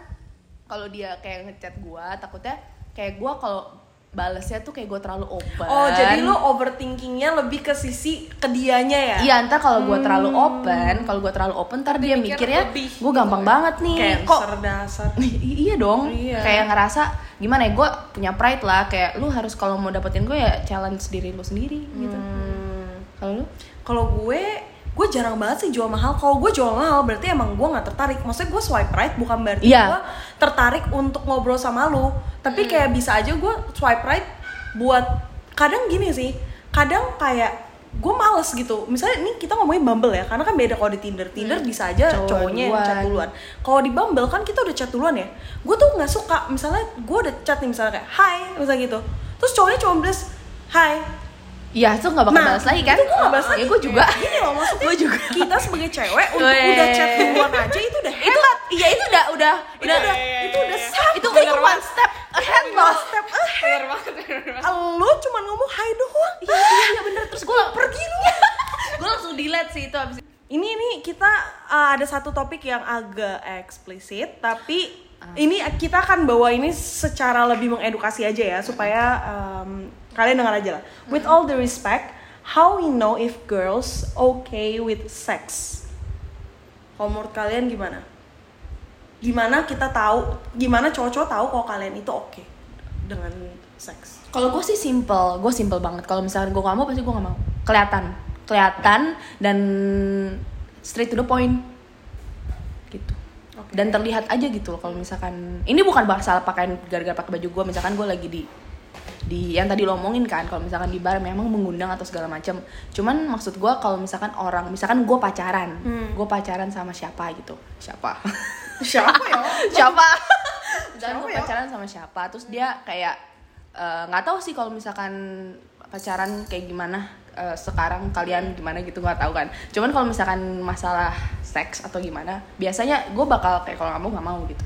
Speaker 1: kalau dia kayak ngechat gue takutnya kayak gue kalau balesnya tuh kayak gue terlalu open
Speaker 2: oh jadi lu overthinkingnya lebih ke sisi kedianya ya
Speaker 1: Iya, ntar kalau gue terlalu open, kalau gue terlalu open, ntar dia,
Speaker 3: mikir
Speaker 1: mikirnya
Speaker 3: lebih
Speaker 1: gue gampang banget nih. Kok
Speaker 2: cancer dasar
Speaker 1: I- ya." iya dong,
Speaker 2: Iya.
Speaker 1: kayak ngerasa gimana ya gue punya pride lah, kayak lu harus kalau mau dapetin gue ya challenge diri lu sendiri gitu. Kalau lu?
Speaker 2: kalau gue gue jarang banget sih jual mahal kalau gue jual mahal berarti emang gue nggak tertarik maksudnya gue swipe right bukan berarti
Speaker 1: Iya.
Speaker 2: gue tertarik untuk ngobrol sama lu tapi kayak bisa aja gue swipe right buat kadang gini sih kadang kayak gue males gitu misalnya nih kita ngomongin bumble ya karena kan beda kalau di tinder tinder bisa aja
Speaker 1: Cowok
Speaker 2: cowoknya yang chat
Speaker 1: duluan.
Speaker 2: duluan kalau di bumble kan kita udah chat duluan ya gue tuh nggak suka misalnya gue udah chat nih misalnya kayak hai misalnya gitu terus cowoknya cuma bilas hai
Speaker 1: Iya, itu nggak bakal
Speaker 2: Nah,
Speaker 1: balas lagi kan?
Speaker 2: itu gua nggak balas
Speaker 1: Ya gue juga.
Speaker 2: gini loh maksudnya
Speaker 1: Gua juga.
Speaker 2: kita sebagai cewek untuk
Speaker 1: Weh.
Speaker 2: udah chat duluan aja itu udah
Speaker 1: itu iya itu udah udah
Speaker 2: itu
Speaker 1: udah
Speaker 2: udah itu udah sampai
Speaker 1: itu udah one step ahead
Speaker 2: one
Speaker 1: loh.
Speaker 2: step ahead
Speaker 3: bener banget bener banget.
Speaker 2: lu cuma ngomong hai doang
Speaker 1: Iya iya iya bener terus gue pergi lu. gue langsung delete sih itu abis. itu.
Speaker 2: ini ini kita uh, ada satu topik yang agak eksplisit tapi
Speaker 3: Ah.
Speaker 2: ini kita akan bawa ini secara lebih mengedukasi aja ya supaya um, kalian dengar aja lah with all the respect how we know if girls okay with sex kalau menurut kalian gimana gimana kita tahu gimana cowok-cowok tahu kalau kalian itu oke dengan seks
Speaker 1: Kalau gue sih simple, gue simple banget. Kalau misalkan gue nggak mau, pasti gue nggak mau. Kelihatan, kelihatan dan straight to the point, gitu. Dan terlihat aja gitu loh kalau misalkan ini bukan masalah pakaian gara-gara pakai baju gue. Misalkan gue lagi di di yang tadi lo omongin kan kalau misalkan di bar memang mengundang atau segala macam cuman maksud gue kalau misalkan orang misalkan gue pacaran gue pacaran sama siapa gitu siapa
Speaker 2: siapa ya
Speaker 1: siapa dan
Speaker 2: Siapa
Speaker 1: gue
Speaker 2: ya?
Speaker 1: pacaran sama siapa terus dia kayak eh, nggak tahu sih kalau misalkan pacaran kayak gimana eh, sekarang kalian gimana gitu nggak tahu kan cuman kalau misalkan masalah seks atau gimana biasanya gue bakal kayak kalau kamu nggak mau gitu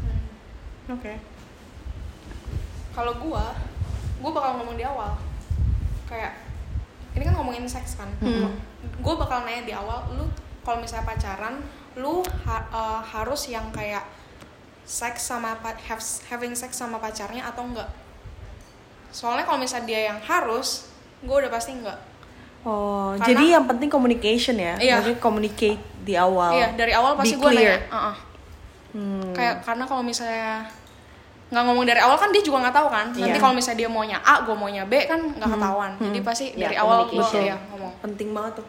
Speaker 2: oke
Speaker 3: kalau gua gua bakal ngomong di awal kayak ini kan ngomongin seks kan
Speaker 2: Hmm.
Speaker 3: gua bakal nanya di awal lu kalau misalnya pacaran lu ha- eh, harus yang kayak seks sama pa- have, having sex sama pacarnya atau enggak soalnya kalau misalnya dia yang harus gua udah pasti enggak
Speaker 2: oh
Speaker 3: Karena-
Speaker 2: jadi yang penting communication ya
Speaker 3: Iya.
Speaker 2: Maksudnya communicate di awal
Speaker 3: iya dari awal
Speaker 2: Be
Speaker 3: pasti gua nanya
Speaker 2: clear.
Speaker 3: "Uh-uh."
Speaker 2: Hmm.
Speaker 3: kayak karena kalau misalnya nggak ngomong dari awal kan dia juga nggak tahu kan nanti
Speaker 2: Iya. Hmm.
Speaker 3: kalau misalnya dia maunya A gue maunya B kan nggak ketahuan jadi pasti
Speaker 2: Iya,
Speaker 1: Ya,
Speaker 3: dari awal gue
Speaker 1: communication.
Speaker 3: ya ngomong
Speaker 2: penting banget tuh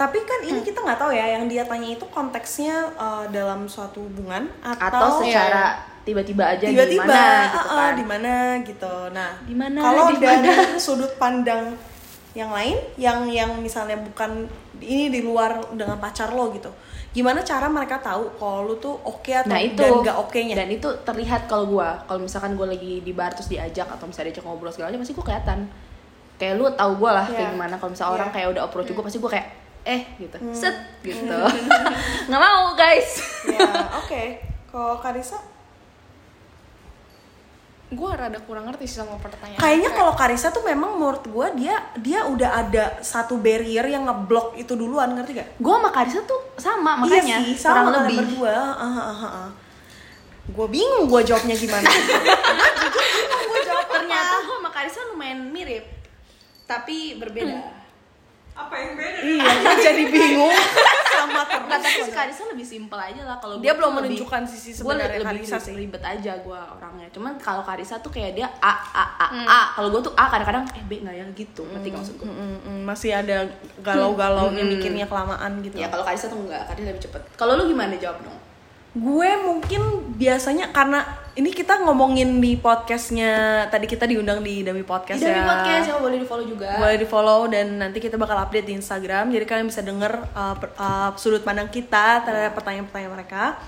Speaker 2: tapi kan ini
Speaker 1: Hmm.
Speaker 2: kita nggak tahu ya yang dia tanya itu konteksnya eh, dalam suatu hubungan
Speaker 1: atau
Speaker 2: atau,
Speaker 1: secara tiba-tiba aja
Speaker 2: Oh,
Speaker 1: di
Speaker 2: iya. tiba-tiba
Speaker 1: mana
Speaker 2: eh,
Speaker 1: gitu
Speaker 2: eh,
Speaker 1: kan
Speaker 2: di mana gitu nah
Speaker 1: Di mana,
Speaker 2: kalau
Speaker 1: di
Speaker 2: dari
Speaker 1: mana?
Speaker 2: sudut pandang yang lain yang yang misalnya bukan ini di luar dengan pacar lo gitu gimana cara mereka tahu kalau lo tuh oke atau
Speaker 1: nah itu
Speaker 2: dan gak oke nya
Speaker 1: dan itu terlihat kalau gua kalau misalkan gua lagi di bar terus diajak atau misalnya diajak ngobrol segala macam pasti gua kelihatan kayak lu tau gua lah kayak
Speaker 2: Iya.
Speaker 1: gimana kalau misalnya
Speaker 2: Iya.
Speaker 1: orang
Speaker 2: Hmm.
Speaker 1: kayak udah approach gua pasti gua kayak eh gitu set gitu nggak mau guys
Speaker 2: ya oke kalau Karisa
Speaker 3: gue rada kurang ngerti sih sama pertanyaan
Speaker 2: kayaknya
Speaker 3: Kayak,
Speaker 2: kalau Karisa tuh memang menurut gue dia dia udah ada satu barrier yang ngeblok itu duluan ngerti gak
Speaker 1: gua sama Karisa tuh sama makanya
Speaker 2: iya sih, sama
Speaker 1: kurang
Speaker 2: kalian
Speaker 1: lebih
Speaker 2: berdua. Gue bingung gue jawabnya gimana. Gua jujur bingung gua jawab
Speaker 1: ternyata
Speaker 2: apa.
Speaker 1: gua sama Karisa lumayan mirip tapi berbeda
Speaker 4: Apa yang beda?
Speaker 2: Iya, gue jadi bingung sama
Speaker 1: Nggak, tapi
Speaker 2: terus.
Speaker 1: Karisa lebih simpel aja lah kalau
Speaker 2: Dia belum
Speaker 1: gua tuh lebih-
Speaker 2: menunjukkan sisi
Speaker 1: gue
Speaker 2: sebenarnya
Speaker 1: lebih
Speaker 2: Karisa sih.
Speaker 1: ribet aja gue orangnya cuman kalau Karisa tuh kayak dia a a a a kalau gue tuh a kadang-kadang eh b nggak ya gitu ngerti nggak maksud gue
Speaker 2: masih ada galau-galaunya mikirnya kelamaan gitu.
Speaker 1: ya kalau Karisa tuh enggak Karisa lebih cepet kalau lu gimana jawab dong
Speaker 2: Gue mungkin biasanya karena ini kita ngomongin di podcastnya tadi kita diundang di Dami Podcast
Speaker 1: Ida
Speaker 2: ya.
Speaker 1: di podcast ya boleh di follow juga
Speaker 2: boleh di follow dan nanti kita bakal update di Instagram jadi kalian bisa denger uh, per- uh, sudut pandang kita terhadap pertanyaan-pertanyaan mereka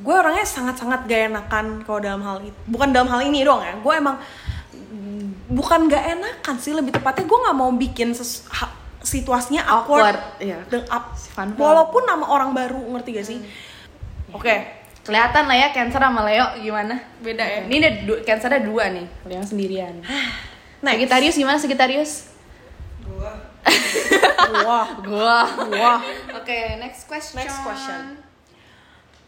Speaker 2: gue orangnya sangat-sangat gak enakan kalau dalam hal itu bukan dalam hal ini doang ya gue emang mm, bukan gak enakan sih lebih tepatnya gue nggak mau bikin sesu- ha- situasinya awkward,
Speaker 1: Awkward, iya.
Speaker 2: Dan up-
Speaker 1: Fun fact.
Speaker 2: walaupun nama orang baru ngerti gak sih oke
Speaker 1: kelihatan lah ya Cancer sama Leo gimana
Speaker 3: beda ya
Speaker 1: ini ada du- Cancer ada dua nih Leo sendirian
Speaker 2: next.
Speaker 1: Sagittarius gimana Sagittarius
Speaker 4: Gua
Speaker 2: wah
Speaker 1: gua
Speaker 2: wah
Speaker 1: oke next question
Speaker 2: Next question.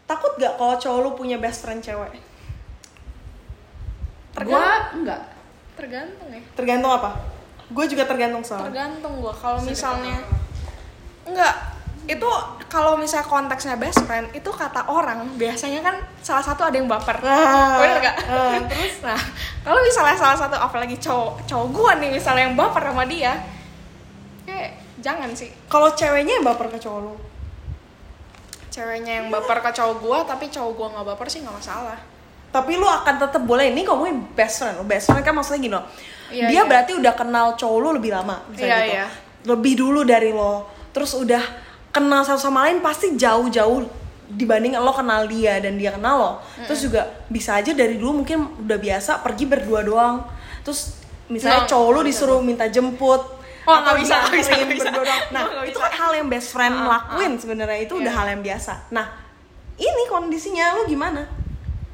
Speaker 2: takut gak kalau cowok lu punya best friend cewek
Speaker 1: gua enggak
Speaker 3: tergantung ya
Speaker 2: Tergantung apa? Gue juga tergantung soalnya.
Speaker 3: tergantung gue kalau misalnya enggak itu kalau misalnya konteksnya best friend itu kata orang biasanya kan salah satu ada yang baper
Speaker 2: Ah,
Speaker 3: bener gak?
Speaker 2: ah,
Speaker 3: terus nah kalau misalnya salah satu apalagi cowok cowok gue nih misalnya yang baper sama dia kayak jangan sih
Speaker 2: Kalau ceweknya yang baper ke cowok lu.
Speaker 3: ceweknya yang baper ke cowok gue tapi cowok gue nggak baper sih nggak masalah
Speaker 2: Tapi lu akan tetap boleh ini ngomongin best friend lo. Best friend kan maksudnya gini loh.
Speaker 3: Iya,
Speaker 2: dia
Speaker 3: iya.
Speaker 2: berarti udah kenal cowok lu lebih lama misalnya
Speaker 3: Iya,
Speaker 2: gitu.
Speaker 3: iya.
Speaker 2: Lebih dulu dari lo. Terus udah kenal satu sama lain pasti jauh-jauh dibanding lo kenal dia dan dia kenal lo. Terus juga bisa aja dari dulu mungkin udah biasa pergi berdua doang. Terus misalnya
Speaker 3: No.
Speaker 2: cowok lu disuruh minta jemput
Speaker 3: Oh,
Speaker 2: atau
Speaker 3: nggak bisa, nggak bisa,
Speaker 2: dianterin
Speaker 3: nggak bisa.
Speaker 2: berdua doang. Nah,
Speaker 3: Oh, nggak
Speaker 2: itu
Speaker 3: bisa. Ah,
Speaker 2: kan hal yang best friend lakuin sebenarnya itu udah
Speaker 3: Iya.
Speaker 2: hal yang biasa. Nah, ini kondisinya lu gimana?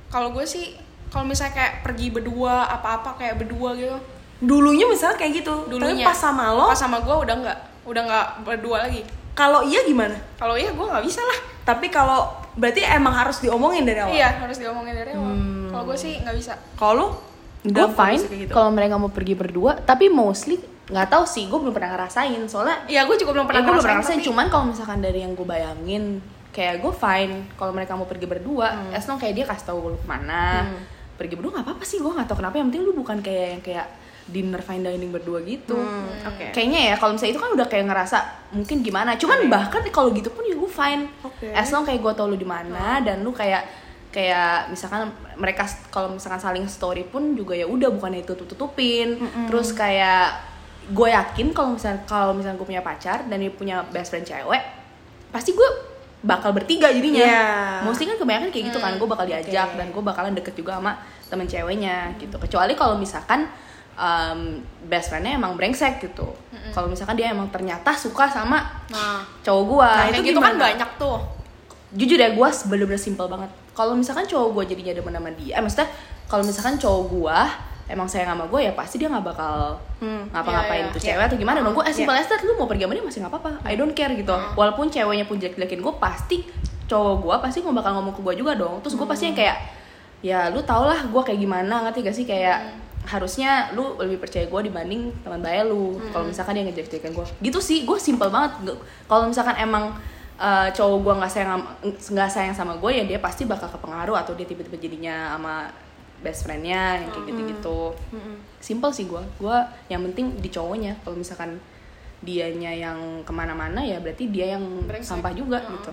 Speaker 3: kalau gue sih kalau misalnya kayak pergi berdua apa-apa kayak berdua gitu
Speaker 2: Dulunya misalnya kayak gitu, tapi
Speaker 3: dulunya
Speaker 2: pas sama lo,
Speaker 3: pas sama gue udah nggak udah nggak berdua lagi
Speaker 2: kalau iya gimana?
Speaker 3: kalau iya gue nggak bisa lah
Speaker 2: Tapi kalau berarti emang harus diomongin dari awal.
Speaker 3: iya harus diomongin dari awal kalau gue sih nggak bisa
Speaker 2: Kalau lu
Speaker 1: gue
Speaker 2: Gua
Speaker 1: fine
Speaker 2: kayak gitu.
Speaker 1: kalau mereka mau pergi berdua tapi mostly nggak tahu sih gue belum pernah ngerasain soalnya
Speaker 3: iya gue juga
Speaker 1: pernah Eh, gue Ya,
Speaker 3: belum pernah
Speaker 1: belum pernah
Speaker 3: ngerasain,
Speaker 1: ngerasain cuman kalau misalkan dari yang gue bayangin kayak gue fine kalau mereka mau pergi berdua as long kayak dia kasih tahu lu kemana
Speaker 2: Hmm.
Speaker 1: pergi berdua nggak apa-apa sih gue nggak tahu kenapa yang penting lu bukan kayak yang kayak dinner fine dining berdua gitu
Speaker 2: Hmm, oke.
Speaker 1: kayaknya ya kalau misalnya itu kan udah kayak ngerasa mungkin gimana cuman bahkan kalau gitu pun ya gue fine
Speaker 2: Oke.
Speaker 1: as long kayak gue tau lu di mana dan lu kayak kayak misalkan mereka s- kalau misalkan saling story pun juga ya udah bukannya itu tutupin terus kayak gue yakin kalau misalkan kalau misalkan gue punya pacar dan dia punya best friend cewek pasti gue bakal bertiga jadinya
Speaker 2: Iya.
Speaker 1: mostly kan kebanyakan kayak gitu kan
Speaker 3: Hmm.
Speaker 1: gue bakal diajak
Speaker 2: Oke.
Speaker 1: dan gue bakalan deket juga sama temen ceweknya gitu kecuali kalau misalkan em, best friendnya emang brengsek gitu kalau misalkan dia emang ternyata suka sama
Speaker 3: Hmm. Nah,
Speaker 1: cowok gue
Speaker 3: nah, kayak
Speaker 1: itu
Speaker 3: gitu kan
Speaker 1: gimana?
Speaker 3: banyak tuh.
Speaker 1: jujur ya gue bener-bener simple banget kalau misalkan cowok gue jadinya demen sama dia eh, maksudnya kalau misalkan cowok gue emang sayang sama gue ya pasti dia nggak bakal
Speaker 2: Hmm,
Speaker 1: ngapa-ngapain
Speaker 3: iya,
Speaker 1: tuh
Speaker 2: iya.
Speaker 1: cewek atau gimana dong gue eh simple as that lu mau pergi sama dia masih nggak apa-apa I don't care gitu walaupun ceweknya pun jelek-jelekin gue pasti cowok gue pasti mau bakal ngomong ke gue juga dong terus gue pasti yang kayak ya lu tau lah gue kayak gimana ngerti gak sih kayak harusnya lu lebih percaya gue dibanding teman baik lu kalau misalkan dia ngejek-jekin gue gitu sih gue simple banget Nggak- kalau misalkan emang eh, cowok gue nggak sayang sama- nggak sayang sama gue ya dia pasti bakal kepengaruh atau dia tiba-tiba jadinya sama best friendnya yang kayak gitu-gitu simple sih gue gue yang penting di cowoknya kalau misalkan dianya yang kemana-mana ya berarti dia yang
Speaker 3: Brengsek.
Speaker 1: sampah juga gitu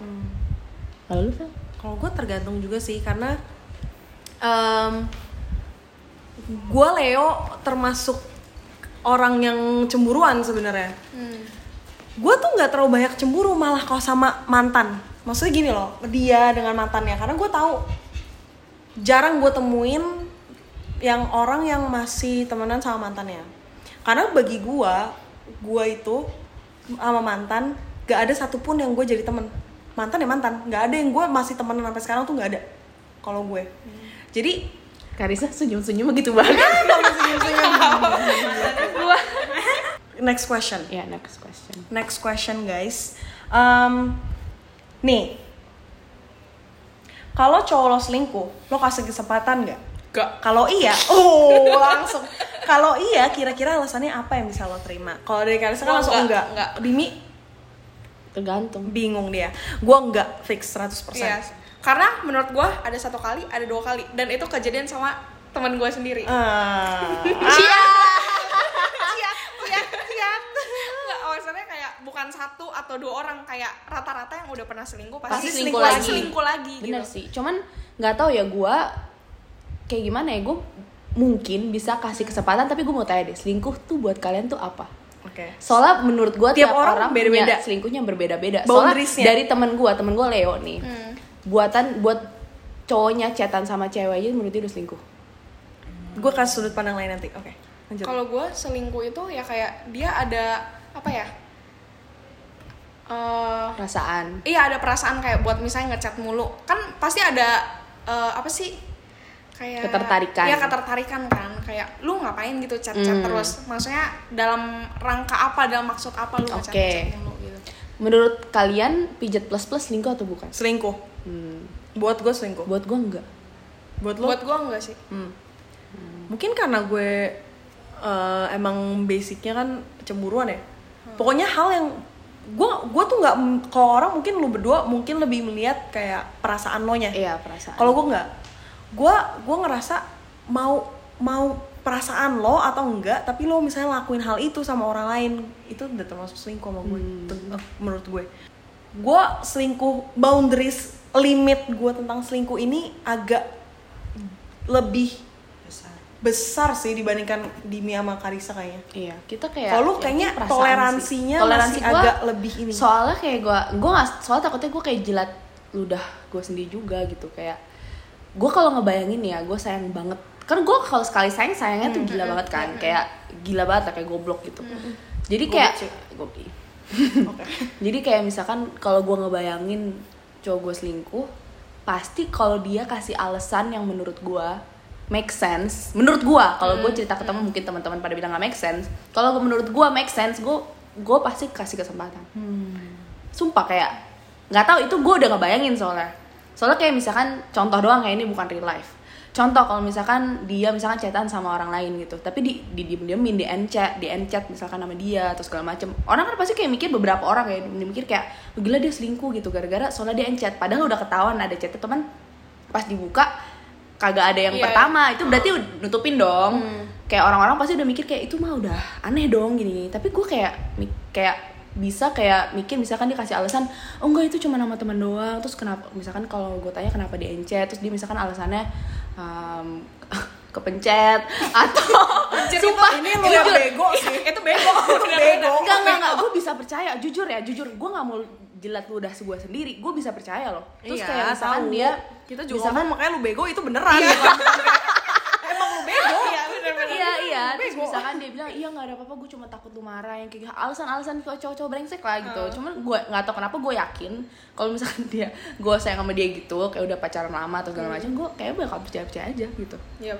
Speaker 1: kalau lu Fel?
Speaker 2: Kalau gue tergantung juga sih karena gue Leo termasuk orang yang cemburuan sebenarnya.
Speaker 3: Hmm.
Speaker 2: Gue tuh nggak terlalu banyak cemburu malah kalau sama mantan. Maksudnya gini loh, dia dengan mantannya karena gue tahu jarang gue temuin yang orang yang masih temenan sama mantannya. Karena bagi gue, gue itu sama mantan gak ada satupun yang gue jadi temen. Mantan ya mantan, gak ada yang gue masih temenan sampai sekarang tuh gak ada. Kalau gue, jadi
Speaker 1: Karisa senyum-senyum gitu banget
Speaker 2: next question.
Speaker 1: ya next question
Speaker 2: Next question guys. Um, nih, kalau cowok lo selingkuh, lo kasih kesempatan nggak?
Speaker 3: Nggak.
Speaker 2: Kalau iya, oh langsung. Kalau iya, kira-kira alasannya apa yang bisa lo terima? Kalau dari Karisa kan
Speaker 3: Gua
Speaker 2: langsung
Speaker 3: nggak,
Speaker 2: enggak.
Speaker 3: nggak.
Speaker 2: Dimi
Speaker 1: tergantung
Speaker 2: bingung dia. Gua enggak fix 100%.
Speaker 3: Iya. Karena menurut gua ada satu kali, ada dua kali dan itu kejadian sama teman gua sendiri.
Speaker 2: Ah,
Speaker 3: Iya. Siap, siap, siap. Nggak, maksudnya kayak bukan satu atau dua orang kayak rata-rata yang udah pernah selingkuh pasti,
Speaker 1: Pasti selingkuh
Speaker 3: pasti
Speaker 1: lagi.
Speaker 3: selingkuh lagi
Speaker 1: bener
Speaker 3: gitu.
Speaker 1: sih cuman nggak tahu ya gue kayak gimana ya gue mungkin bisa kasih kesempatan tapi gue mau tanya deh selingkuh tuh buat kalian tuh apa
Speaker 2: Oke.
Speaker 1: soalnya menurut gue
Speaker 2: Tiap
Speaker 1: tiap,
Speaker 2: orang
Speaker 1: orang,
Speaker 2: beda-beda.
Speaker 1: punya selingkuhnya berbeda-beda soalnya
Speaker 2: Boundariesnya.
Speaker 1: dari temen gue temen gue Leo nih buatan buat cowoknya chatan sama cewek aja menurut dia udah selingkuh
Speaker 2: Gua kasih sudut pandang lain nanti. Oke. Lanjut.
Speaker 1: Gitu.
Speaker 3: Kalau gua selingkuh itu ya kayak dia ada apa ya? Eh
Speaker 1: perasaan
Speaker 3: iya ada perasaan kayak buat misalnya ngechat mulu kan pasti ada eh, apa sih kayak
Speaker 1: Ketertarikan.
Speaker 3: iya ketertarikan kan kayak lu ngapain gitu chat chat
Speaker 1: Hmm.
Speaker 3: terus maksudnya dalam rangka apa dalam maksud apa lu ngechat
Speaker 1: Oke.
Speaker 3: chat mulu gitu
Speaker 1: menurut kalian pijat plus plus selingkuh atau bukan
Speaker 2: selingkuh.
Speaker 1: Hmm,
Speaker 2: Buat gue selingkuh.
Speaker 1: buat gue enggak
Speaker 2: Buat lo?
Speaker 3: buat gua enggak sih
Speaker 2: Hmm. Mungkin karena gue eh, emang basicnya kan cemburuan ya.
Speaker 3: Hmm.
Speaker 2: Pokoknya hal yang gue gue tuh nggak kalau orang mungkin lu berdua mungkin lebih melihat kayak perasaan lo nya.
Speaker 1: iya perasaan
Speaker 2: Eh. Kalau gue nggak, gue gue ngerasa mau mau perasaan lo atau enggak, tapi lo misalnya lakuin hal itu sama orang lain itu udah termasuk selingkuh sama gue. Tuh, eh, Menurut gue, gue selingkuh boundaries limit gue tentang selingkuh ini agak lebih
Speaker 4: Besar.
Speaker 2: besar sih dibandingkan Dimi sama Karisa kayaknya.
Speaker 1: Iya, kita kayak
Speaker 2: Kalau lu
Speaker 1: ya,
Speaker 2: kayaknya
Speaker 1: perasaan sih.
Speaker 2: toleransinya masih
Speaker 1: gua-
Speaker 2: agak lebih ini.
Speaker 1: Soalnya kayak gua gua nggak soalnya takutnya gua kayak jilat ludah gua sendiri juga gitu kayak gua kalau ngebayangin ya gua sayang banget. Kan gua kalau sekali sayang sayangnya tuh gila banget kan, kayak gila banget lah, kayak goblok gitu. Jadi kayak goblok. Jadi kayak misalkan kalau gua ngebayangin cowok gue selingkuh, pasti kalau dia kasih alasan yang menurut gua make sense. Menurut gua kalau gue cerita ke temen mungkin teman-teman pada bilang gak make sense. Kalau menurut gua make sense, gue gue pasti kasih kesempatan. Sumpah kayak nggak tahu itu gue udah ngebayangin soalnya. Soalnya kayak misalkan contoh doang kayak ini ya, bukan real life. contoh kalau misalkan dia misalkan chatan sama orang lain gitu tapi di di diem diemin di end chat di end chat misalkan sama dia atau segala macem orang kan pasti kayak mikir beberapa orang ya dia mikir kayak "Oh, gila dia selingkuh gitu gara-gara soalnya dia end chat padahal udah ketahuan ada chatnya teman pas dibuka kagak ada yang
Speaker 3: Iya,
Speaker 1: pertama itu berarti ud- nutupin dong
Speaker 2: Hmm.
Speaker 1: kayak orang-orang pasti udah mikir kayak itu mah udah aneh dong gini tapi gue kayak mik- kayak bisa kayak mikir misalkan dia kasih alasan oh enggak itu cuma nama teman doang terus kenapa misalkan kalau gue tanya kenapa di encet terus dia misalkan alasannya um, kepencet atau sumpah
Speaker 2: ini lu yang
Speaker 1: jujur.
Speaker 2: bego sih itu bego itu bego
Speaker 1: enggak enggak enggak gue bisa percaya jujur ya jujur gue nggak mau jilat ludah gue sendiri gue bisa percaya loh terus
Speaker 2: Iya,
Speaker 1: kayak misalkan
Speaker 2: tahu.
Speaker 1: dia
Speaker 2: kita juga
Speaker 1: misalkan
Speaker 2: ngomong makanya lu bego itu beneran bukan- emang lu bego
Speaker 3: Iya, bener-bener.
Speaker 1: iya iya terus misalkan dia bilang iya nggak ada apa-apa gue cuma takut lu marah yang kayak gitu. alasan-alasan kayak cowok-cowok brengsek lah gitu cuman gue nggak tau kenapa gue yakin kalau misalkan dia gue sayang sama dia gitu kayak udah pacaran lama atau segala macam gue kayak bakal percaya-percaya aja gitu
Speaker 3: Iya.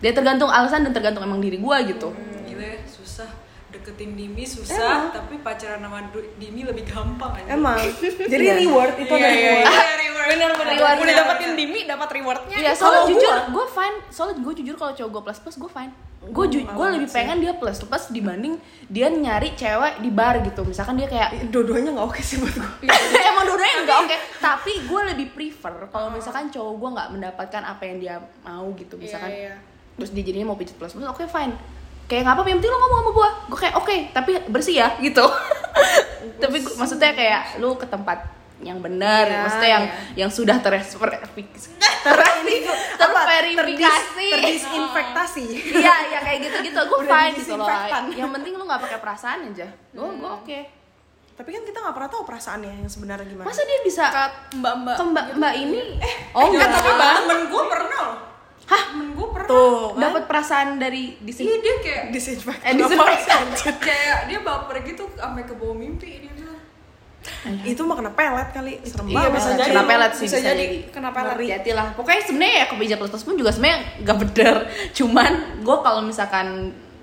Speaker 1: dia tergantung alasan dan tergantung emang diri gue gitu
Speaker 4: Gila ya, susah deketin Dimi susah, tapi pacaran sama Du- Dimi lebih gampang aja.
Speaker 2: emang jadi reward itu
Speaker 4: Iya,
Speaker 2: ada
Speaker 4: iya,
Speaker 2: reward
Speaker 4: iya, reward.
Speaker 3: Bener bener.
Speaker 1: Reward.
Speaker 3: Udah dapetin Dimi, dapat rewardnya.
Speaker 1: Iya,
Speaker 2: Kalau
Speaker 1: soalnya jujur,
Speaker 2: gua-
Speaker 1: gue fine. Soalnya gue jujur kalau cowok gue plus plus, gue fine. Gue ju- gue lebih pengen dia plus plus dibanding dia nyari cewek di bar gitu. Misalkan dia kayak
Speaker 2: dua-duanya nggak oke sih buat gue
Speaker 1: emang dua-duanya enggak oke Iya. tapi gue lebih prefer kalau misalkan cowok gue nggak mendapatkan apa yang dia mau gitu misalkan
Speaker 3: Iya, iya.
Speaker 1: terus dia jadinya mau pijat plus plus oke fine kayak nggak apa-apa yang penting lo ngomong sama gue gue kayak oke tapi bersih ya gitu tapi gua- maksudnya kayak lu ke tempat yang benar
Speaker 3: Iya,
Speaker 1: maksudnya yang yang sudah terrefer Iya, terverifikasi
Speaker 2: terdisinfektasi
Speaker 1: iya iya kayak gitu gitu gue
Speaker 2: Udah
Speaker 1: fine gitu loh
Speaker 2: disinfektan.
Speaker 1: yang penting lu nggak pakai perasaan aja gue gue oke
Speaker 2: tapi kan kita nggak pernah tahu perasaannya yang sebenarnya gimana
Speaker 1: masa dia bisa
Speaker 3: Mbak-mbak.
Speaker 1: ke mbak mbak ini
Speaker 4: Oh, enggak, tapi
Speaker 1: enggak.
Speaker 4: temen gue pernah loh.
Speaker 1: Hah?
Speaker 4: Temen gue pernah.
Speaker 2: tuh kan?
Speaker 1: dapat perasaan dari di sini
Speaker 4: Iya, dia kayak
Speaker 2: disinfektan
Speaker 1: Eh, disinfektan.
Speaker 4: kayak dia baper gitu sampai ke bawah mimpi dia bilang.
Speaker 2: itu mah kena pelet kali serem
Speaker 1: Iya,
Speaker 2: banget
Speaker 1: bisa
Speaker 2: Kena
Speaker 1: jadi. Kenapa pelet sih,
Speaker 3: Bisa
Speaker 1: bisa
Speaker 3: jadi
Speaker 1: jadi.
Speaker 3: kenapa
Speaker 1: Ngeri.
Speaker 3: pelet?
Speaker 1: Hati-hati lah. Pokoknya sebenarnya ya kemeja plus plus pun juga sebenarnya nggak bener. Cuman gue kalau misalkan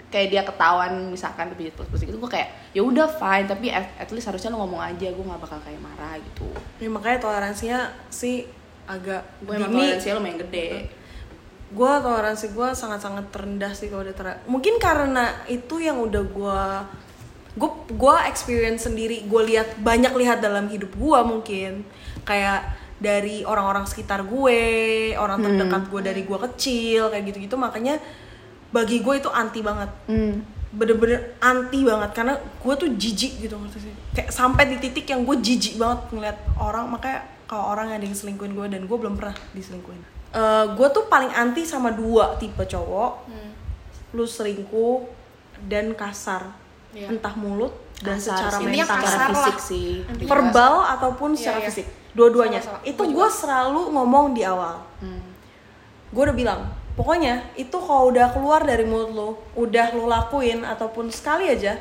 Speaker 1: kayak dia ketahuan misalkan kemeja plus plus gitu gue kayak ya udah fine tapi at, at least harusnya lo ngomong aja gue nggak bakal kayak marah gitu.
Speaker 2: ya, makanya toleransinya sih agak
Speaker 1: Gue emang
Speaker 2: dini.
Speaker 1: toleransi lo main gede.
Speaker 2: gue toleransi gue sangat-sangat terendah sih kalau udah ter- mungkin karena itu yang udah gue gue experience sendiri gue lihat banyak lihat dalam hidup gue mungkin kayak dari orang-orang sekitar gue orang terdekat gue dari gue kecil kayak gitu-gitu makanya bagi gue itu anti banget
Speaker 1: Hmm.
Speaker 2: bener-bener anti banget karena gue tuh jijik gitu ngerti sih kayak sampai di titik yang gue jijik banget ngeliat orang makanya kalau orang ada yang selingkuhin gue dan gue belum pernah diselingkuhin Eh, gue tuh paling anti sama dua tipe cowok
Speaker 3: Hmm.
Speaker 2: lu selingkuh dan kasar
Speaker 3: Iya.
Speaker 2: entah mulut dan secara
Speaker 1: sih.
Speaker 2: mental
Speaker 3: Intinya
Speaker 1: secara
Speaker 3: kasar
Speaker 1: fisik
Speaker 3: lah.
Speaker 1: sih.
Speaker 3: Intinya
Speaker 2: verbal ataupun secara
Speaker 3: Iya, iya.
Speaker 2: fisik dua-duanya
Speaker 3: Sama-sama. Hmm.
Speaker 2: itu gue selalu ngomong di awal gue udah bilang pokoknya itu kalau udah keluar dari mulut lo udah lo lakuin ataupun sekali aja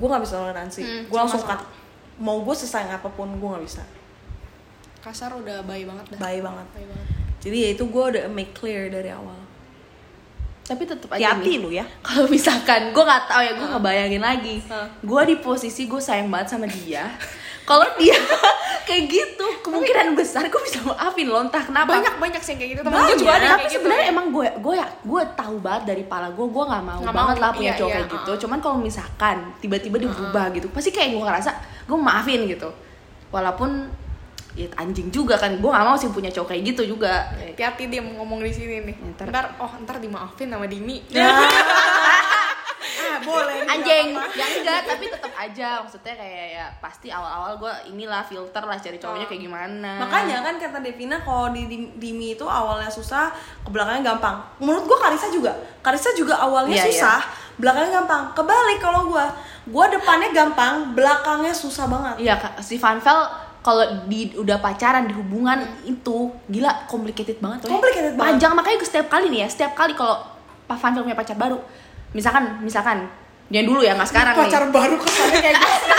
Speaker 2: gue nggak bisa toleransi
Speaker 3: Hmm,
Speaker 2: gue langsung cut
Speaker 3: sama-sama.
Speaker 2: mau gue sesayang apapun gue nggak bisa
Speaker 3: Kasar udah bayi banget dah.
Speaker 2: baik banget
Speaker 3: Bayi banget.
Speaker 2: jadi ya itu gue udah make clear dari awal
Speaker 1: Tapi tetap aja
Speaker 2: hati-hati
Speaker 1: nih,
Speaker 2: lu ya
Speaker 1: kalau misalkan gue nggak tahu ya gue ngebayangin lagi
Speaker 3: Hah.
Speaker 1: gue di posisi gue sayang banget sama dia kalau dia kayak gitu kemungkinan besar gue bisa maafin loh entah kenapa
Speaker 3: Banyak banyak sih yang kayak gitu. Temen
Speaker 1: banyak
Speaker 3: gue juga ada yang
Speaker 1: tapi
Speaker 3: kayak gitu.
Speaker 1: sebenarnya emang gue gue ya gue tahu banget dari pala gue gue nggak mau
Speaker 3: Nggak
Speaker 1: banget
Speaker 3: mau,
Speaker 1: lah punya
Speaker 3: iya,
Speaker 1: cowok
Speaker 3: iya,
Speaker 1: kayak gitu
Speaker 3: uh-uh.
Speaker 1: cuman kalau misalkan tiba-tiba dia berubah gitu pasti kayak gue ngerasa gue maafin gitu walaupun ya anjing juga kan gue nggak mau sih punya cowok kayak gitu juga
Speaker 3: hati-hati dia mau ngomong di sini nih.
Speaker 1: Ntar.
Speaker 3: Ntar oh ntar dimaafin sama Dimi.
Speaker 2: ah boleh
Speaker 1: anjing ya enggak tapi tetap aja maksudnya kayak ya pasti awal-awal gue inilah filter lah cari cowoknya kayak gimana
Speaker 2: Oh. Makanya kan kata Devina kalau di di- Dimi itu awalnya susah, ke belakangnya gampang. Menurut gua Karisa juga. Karisa juga awalnya
Speaker 1: Iya,
Speaker 2: susah, belakangnya gampang. Kebalik kalau gua. Gua depannya gampang, belakangnya susah banget.
Speaker 1: iya Kak, si Vanvel kalau di udah pacaran di hubungan itu gila complicated banget loh.
Speaker 2: Complicated banget.
Speaker 1: panjang makanya gue setiap kali nih ya setiap kali kalau Pak Vanvel punya pacar baru misalkan misalkan dia dulu ya nggak sekarang nih
Speaker 2: baru kesannya kayak gitu.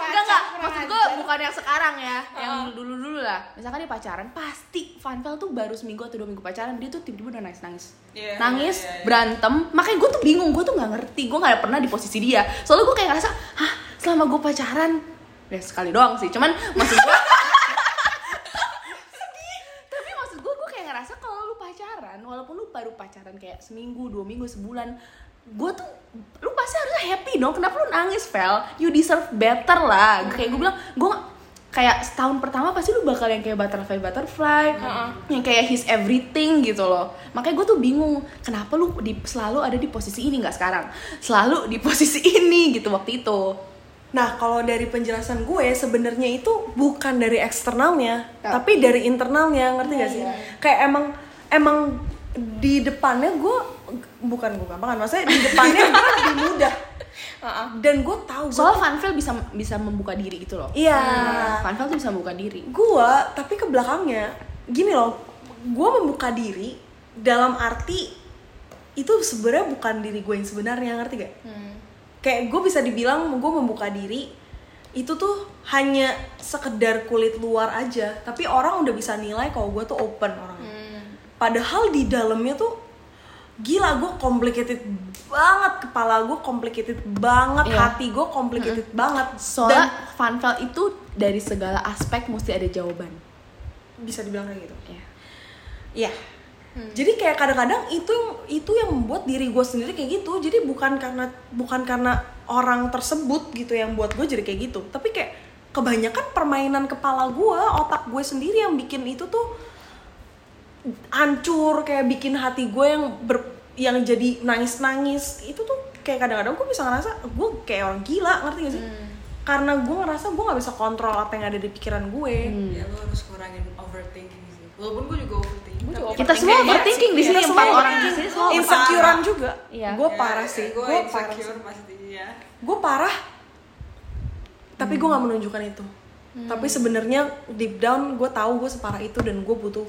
Speaker 1: Enggak enggak, maksud gue bukan yang sekarang ya, yang
Speaker 4: Oh.
Speaker 1: dulu-dulu lah. Misalkan dia pacaran, pasti Vanvel tuh baru seminggu atau dua minggu pacaran, dia tuh tiba-tiba udah nangis-nangis.
Speaker 4: Iya,
Speaker 1: nangis,
Speaker 4: iya, iya.
Speaker 1: berantem, makanya gue tuh bingung, gue tuh nggak ngerti, gue nggak pernah di posisi dia. Soalnya gue kayak ngerasa, hah, selama gue pacaran, ya sekali doang sih, cuman maksud gue. Tapi maksud gue, gue kayak ngerasa kalau lu pacaran pacaran walaupun lu baru pacaran kayak seminggu dua minggu sebulan gue tuh lu pasti harusnya happy dong kenapa lu nangis Vel you deserve better lah kayak gue bilang gue kayak setahun pertama pasti lu bakal yang kayak butterfly butterfly yang kayak his everything gitu loh makanya gue tuh bingung kenapa lu di- selalu ada di posisi ini nggak sekarang selalu di posisi ini gitu waktu itu
Speaker 2: Nah, kalau dari penjelasan gue sebenarnya itu bukan dari eksternalnya,
Speaker 1: Oh.
Speaker 2: tapi dari internalnya,
Speaker 1: Iya,
Speaker 2: ngerti gak sih? Kayak emang emang di depannya gue bukan gue gampang kan maksudnya di depannya gue lebih mudah. Dan gue tahu gue
Speaker 1: soal fanfil bisa bisa membuka diri gitu loh
Speaker 2: Iya.
Speaker 1: fanfil tuh bisa membuka diri
Speaker 2: gue tapi ke belakangnya gini loh, gue membuka diri dalam arti itu sebenarnya bukan diri gue yang sebenarnya, ngerti gak?
Speaker 1: Hmm.
Speaker 2: kayak gue bisa dibilang gue membuka diri itu tuh hanya sekedar kulit luar aja tapi orang udah bisa nilai kalau gue tuh open orangnya
Speaker 1: Hmm.
Speaker 2: padahal di dalamnya tuh gila gue complicated banget kepala gue complicated banget
Speaker 1: Iya. Hmm.
Speaker 2: hati gue complicated banget
Speaker 1: Soalnya fanfel itu dari segala aspek mesti ada jawaban.
Speaker 2: Dan bisa dibilang kayak gitu
Speaker 1: Ya.
Speaker 2: Iya. Jadi kayak kadang-kadang itu yang itu yang membuat diri gue sendiri kayak gitu. Jadi bukan karena bukan karena orang tersebut gitu yang buat gue jadi kayak gitu. Tapi kayak kebanyakan permainan kepala gue, otak gue sendiri yang bikin itu tuh hancur kayak bikin hati gue yang ber, yang jadi nangis-nangis. Itu tuh kayak kadang-kadang gue bisa ngerasa gue kayak orang gila, ngerti gak sih? Karena gue ngerasa gue nggak bisa kontrol apa yang ada di pikiran gue.
Speaker 4: ya lo harus kurangin overthinking sih walaupun gue juga overthinking
Speaker 3: Gua juga
Speaker 4: tapi- ya,
Speaker 1: Kita
Speaker 2: Iya,
Speaker 1: semua overthinking di sini
Speaker 2: Kita
Speaker 1: empat
Speaker 2: semua
Speaker 1: orang di sini semua
Speaker 2: iya. insecurean juga.
Speaker 1: Iya.
Speaker 2: Gue
Speaker 4: Ya,
Speaker 2: parah sih.
Speaker 4: gue
Speaker 2: Gue parah.
Speaker 4: insecure pasti ya
Speaker 2: Gue parah. Tapi gue nggak menunjukkan itu.
Speaker 1: Hmm.
Speaker 2: Tapi sebenarnya deep down gue tahu gue separah itu dan gue butuh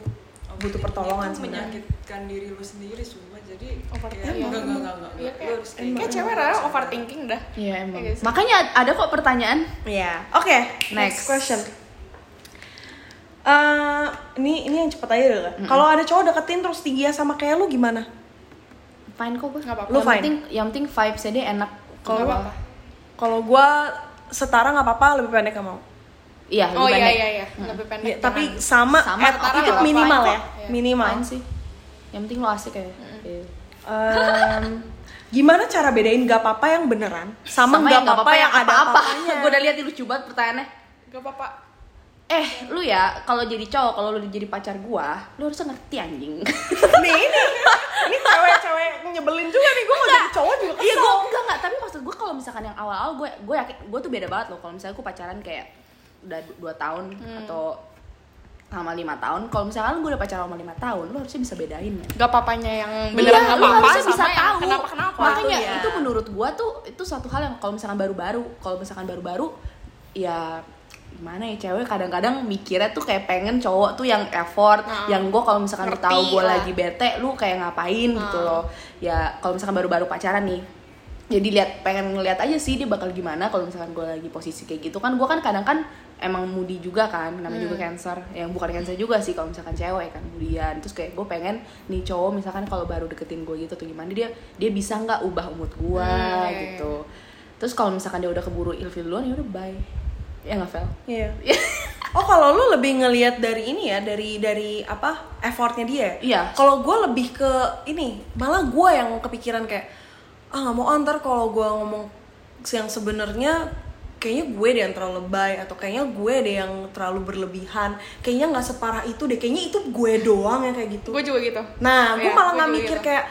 Speaker 2: butuh
Speaker 4: Overthinking
Speaker 2: pertolongan
Speaker 4: itu
Speaker 2: sebenarnya.
Speaker 4: menyakitkan diri lu sendiri semua jadi ya,
Speaker 3: Overthinking.
Speaker 4: enggak enggak enggak enggak
Speaker 3: Iya,
Speaker 4: lu
Speaker 3: kayak,
Speaker 4: harus gitu.
Speaker 3: kayak cewek rada overthinking dah.
Speaker 1: Iya emang.
Speaker 3: Kayak gitu.
Speaker 1: Makanya ada kok pertanyaan.
Speaker 2: Iya. Oke.
Speaker 1: Next.
Speaker 2: next. question. Eh, ini ini yang cepet aja deh. lah. Kalau ada cowok deketin terus tinggi sama kayak lu gimana?
Speaker 1: Fine kok gue.
Speaker 3: Nggak apa-apa.
Speaker 2: Lu
Speaker 1: Yang
Speaker 2: fine?
Speaker 1: penting yang penting vibes dia enak.
Speaker 2: Kalau
Speaker 1: Nggak
Speaker 2: gua-
Speaker 1: apa-apa.
Speaker 2: Kalau gue setara nggak apa-apa, lebih pendek nggak mau.
Speaker 1: Iya,
Speaker 3: Oh
Speaker 1: lebih
Speaker 3: iya
Speaker 1: pendek.
Speaker 3: iya iya, lebih pendek.
Speaker 2: Ya, tapi
Speaker 3: jangan.
Speaker 2: sama,
Speaker 1: Sama,
Speaker 2: at-
Speaker 1: setara
Speaker 2: itu
Speaker 1: nggak apa-apa.
Speaker 2: minimal
Speaker 1: Fine
Speaker 2: ya,
Speaker 1: kok. Iya.
Speaker 2: minimal.
Speaker 1: Fine sih. Yang penting lo asik ya. Iya.
Speaker 2: Em, gimana cara bedain gak apa-apa yang beneran sama, gak
Speaker 1: yang ya, nggak
Speaker 2: apa-apa yang ada
Speaker 1: apa-apa.
Speaker 2: apa
Speaker 1: Gue udah lihat di lucu banget pertanyaannya.
Speaker 3: Gak apa-apa.
Speaker 1: Eh, lu ya kalau jadi cowok, kalau lu jadi pacar gua, lu harusnya ngerti anjing.
Speaker 2: nih ini ini cewek-cewek nyebelin juga nih gue mau jadi cowok juga
Speaker 1: Iya
Speaker 2: kesel
Speaker 1: gue enggak enggak tapi maksud gue kalau misalkan yang awal-awal gue gue yakin gue tuh beda banget loh kalau misalnya gue pacaran kayak udah 2 tahun
Speaker 3: Hmm.
Speaker 1: atau sama lima tahun kalau misalkan gue udah pacaran sama lima tahun lu harusnya bisa bedain ya
Speaker 3: Gak papanya yang beneran
Speaker 1: Iya,
Speaker 3: gak
Speaker 1: lu
Speaker 3: apa-apa
Speaker 1: harusnya
Speaker 3: sama
Speaker 1: bisa
Speaker 3: yang
Speaker 1: tahu
Speaker 3: kenapa-kenapa.
Speaker 1: makanya
Speaker 2: Iya.
Speaker 1: itu menurut gue tuh itu suatu hal yang kalau misalkan baru-baru kalau misalkan baru-baru ya gimana ya cewek kadang-kadang mikirnya tuh kayak pengen cowok tuh yang effort
Speaker 3: Hmm.
Speaker 1: yang gue kalau misalkan lu
Speaker 3: Ngerti
Speaker 1: tahu gue
Speaker 3: lah. Ah.
Speaker 1: lagi bete lu kayak ngapain gitu loh ya kalau misalkan baru-baru pacaran nih jadi lihat pengen ngeliat aja sih dia bakal gimana kalau misalkan gue lagi posisi kayak gitu kan gue kan kadang kan emang moody juga kan namanya
Speaker 3: Hmm.
Speaker 1: juga cancer yang bukan cancer juga sih kalau misalkan cewek kan kemudian terus kayak gue pengen nih cowok misalkan kalau baru deketin gue gitu tuh gimana dia dia bisa nggak ubah mood gue
Speaker 3: Hmm, iya, iya.
Speaker 1: gitu terus kalau misalkan dia udah keburu ilfil duluan ya udah bye ya nggak Vel?
Speaker 2: Iya. oh kalau lu lebih ngelihat dari ini ya dari dari apa effortnya dia ya?
Speaker 1: Iya.
Speaker 2: kalau gue lebih ke ini malah gue yang kepikiran kayak ah nggak mau ah, ntar kalau gue ngomong yang sebenarnya kayaknya gue deh yang terlalu lebay atau kayaknya gue deh yang terlalu berlebihan kayaknya nggak separah itu deh kayaknya itu gue doang yang kayak gitu
Speaker 3: Gue juga gitu.
Speaker 2: Nah, gue
Speaker 3: Iya,
Speaker 2: malah
Speaker 3: gua
Speaker 2: nggak
Speaker 3: juga
Speaker 2: mikir
Speaker 3: gitu.
Speaker 2: kayak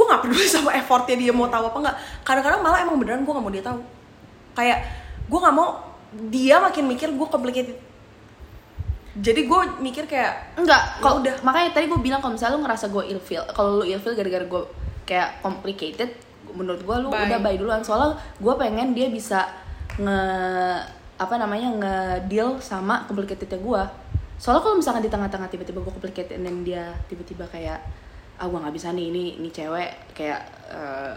Speaker 2: gue nggak peduli sama effortnya dia mau tahu apa nggak. Kadang-kadang malah emang beneran gue nggak mau dia tahu. Kayak gue nggak mau dia makin mikir gue complicated. Jadi gue mikir kayak
Speaker 1: enggak kalau
Speaker 2: udah.
Speaker 1: udah makanya tadi gue bilang kalau misalnya lu ngerasa gue ilfil kalau lu ilfil gara-gara gue kayak complicated menurut gue lu
Speaker 3: Bye.
Speaker 1: udah bye duluan soalnya gue pengen dia bisa nge apa namanya nge deal sama complicatednya gue soalnya kalau misalkan di tengah-tengah tiba-tiba gue complicated dan dia tiba-tiba kayak ah gue nggak bisa nih ini ini cewek kayak eh,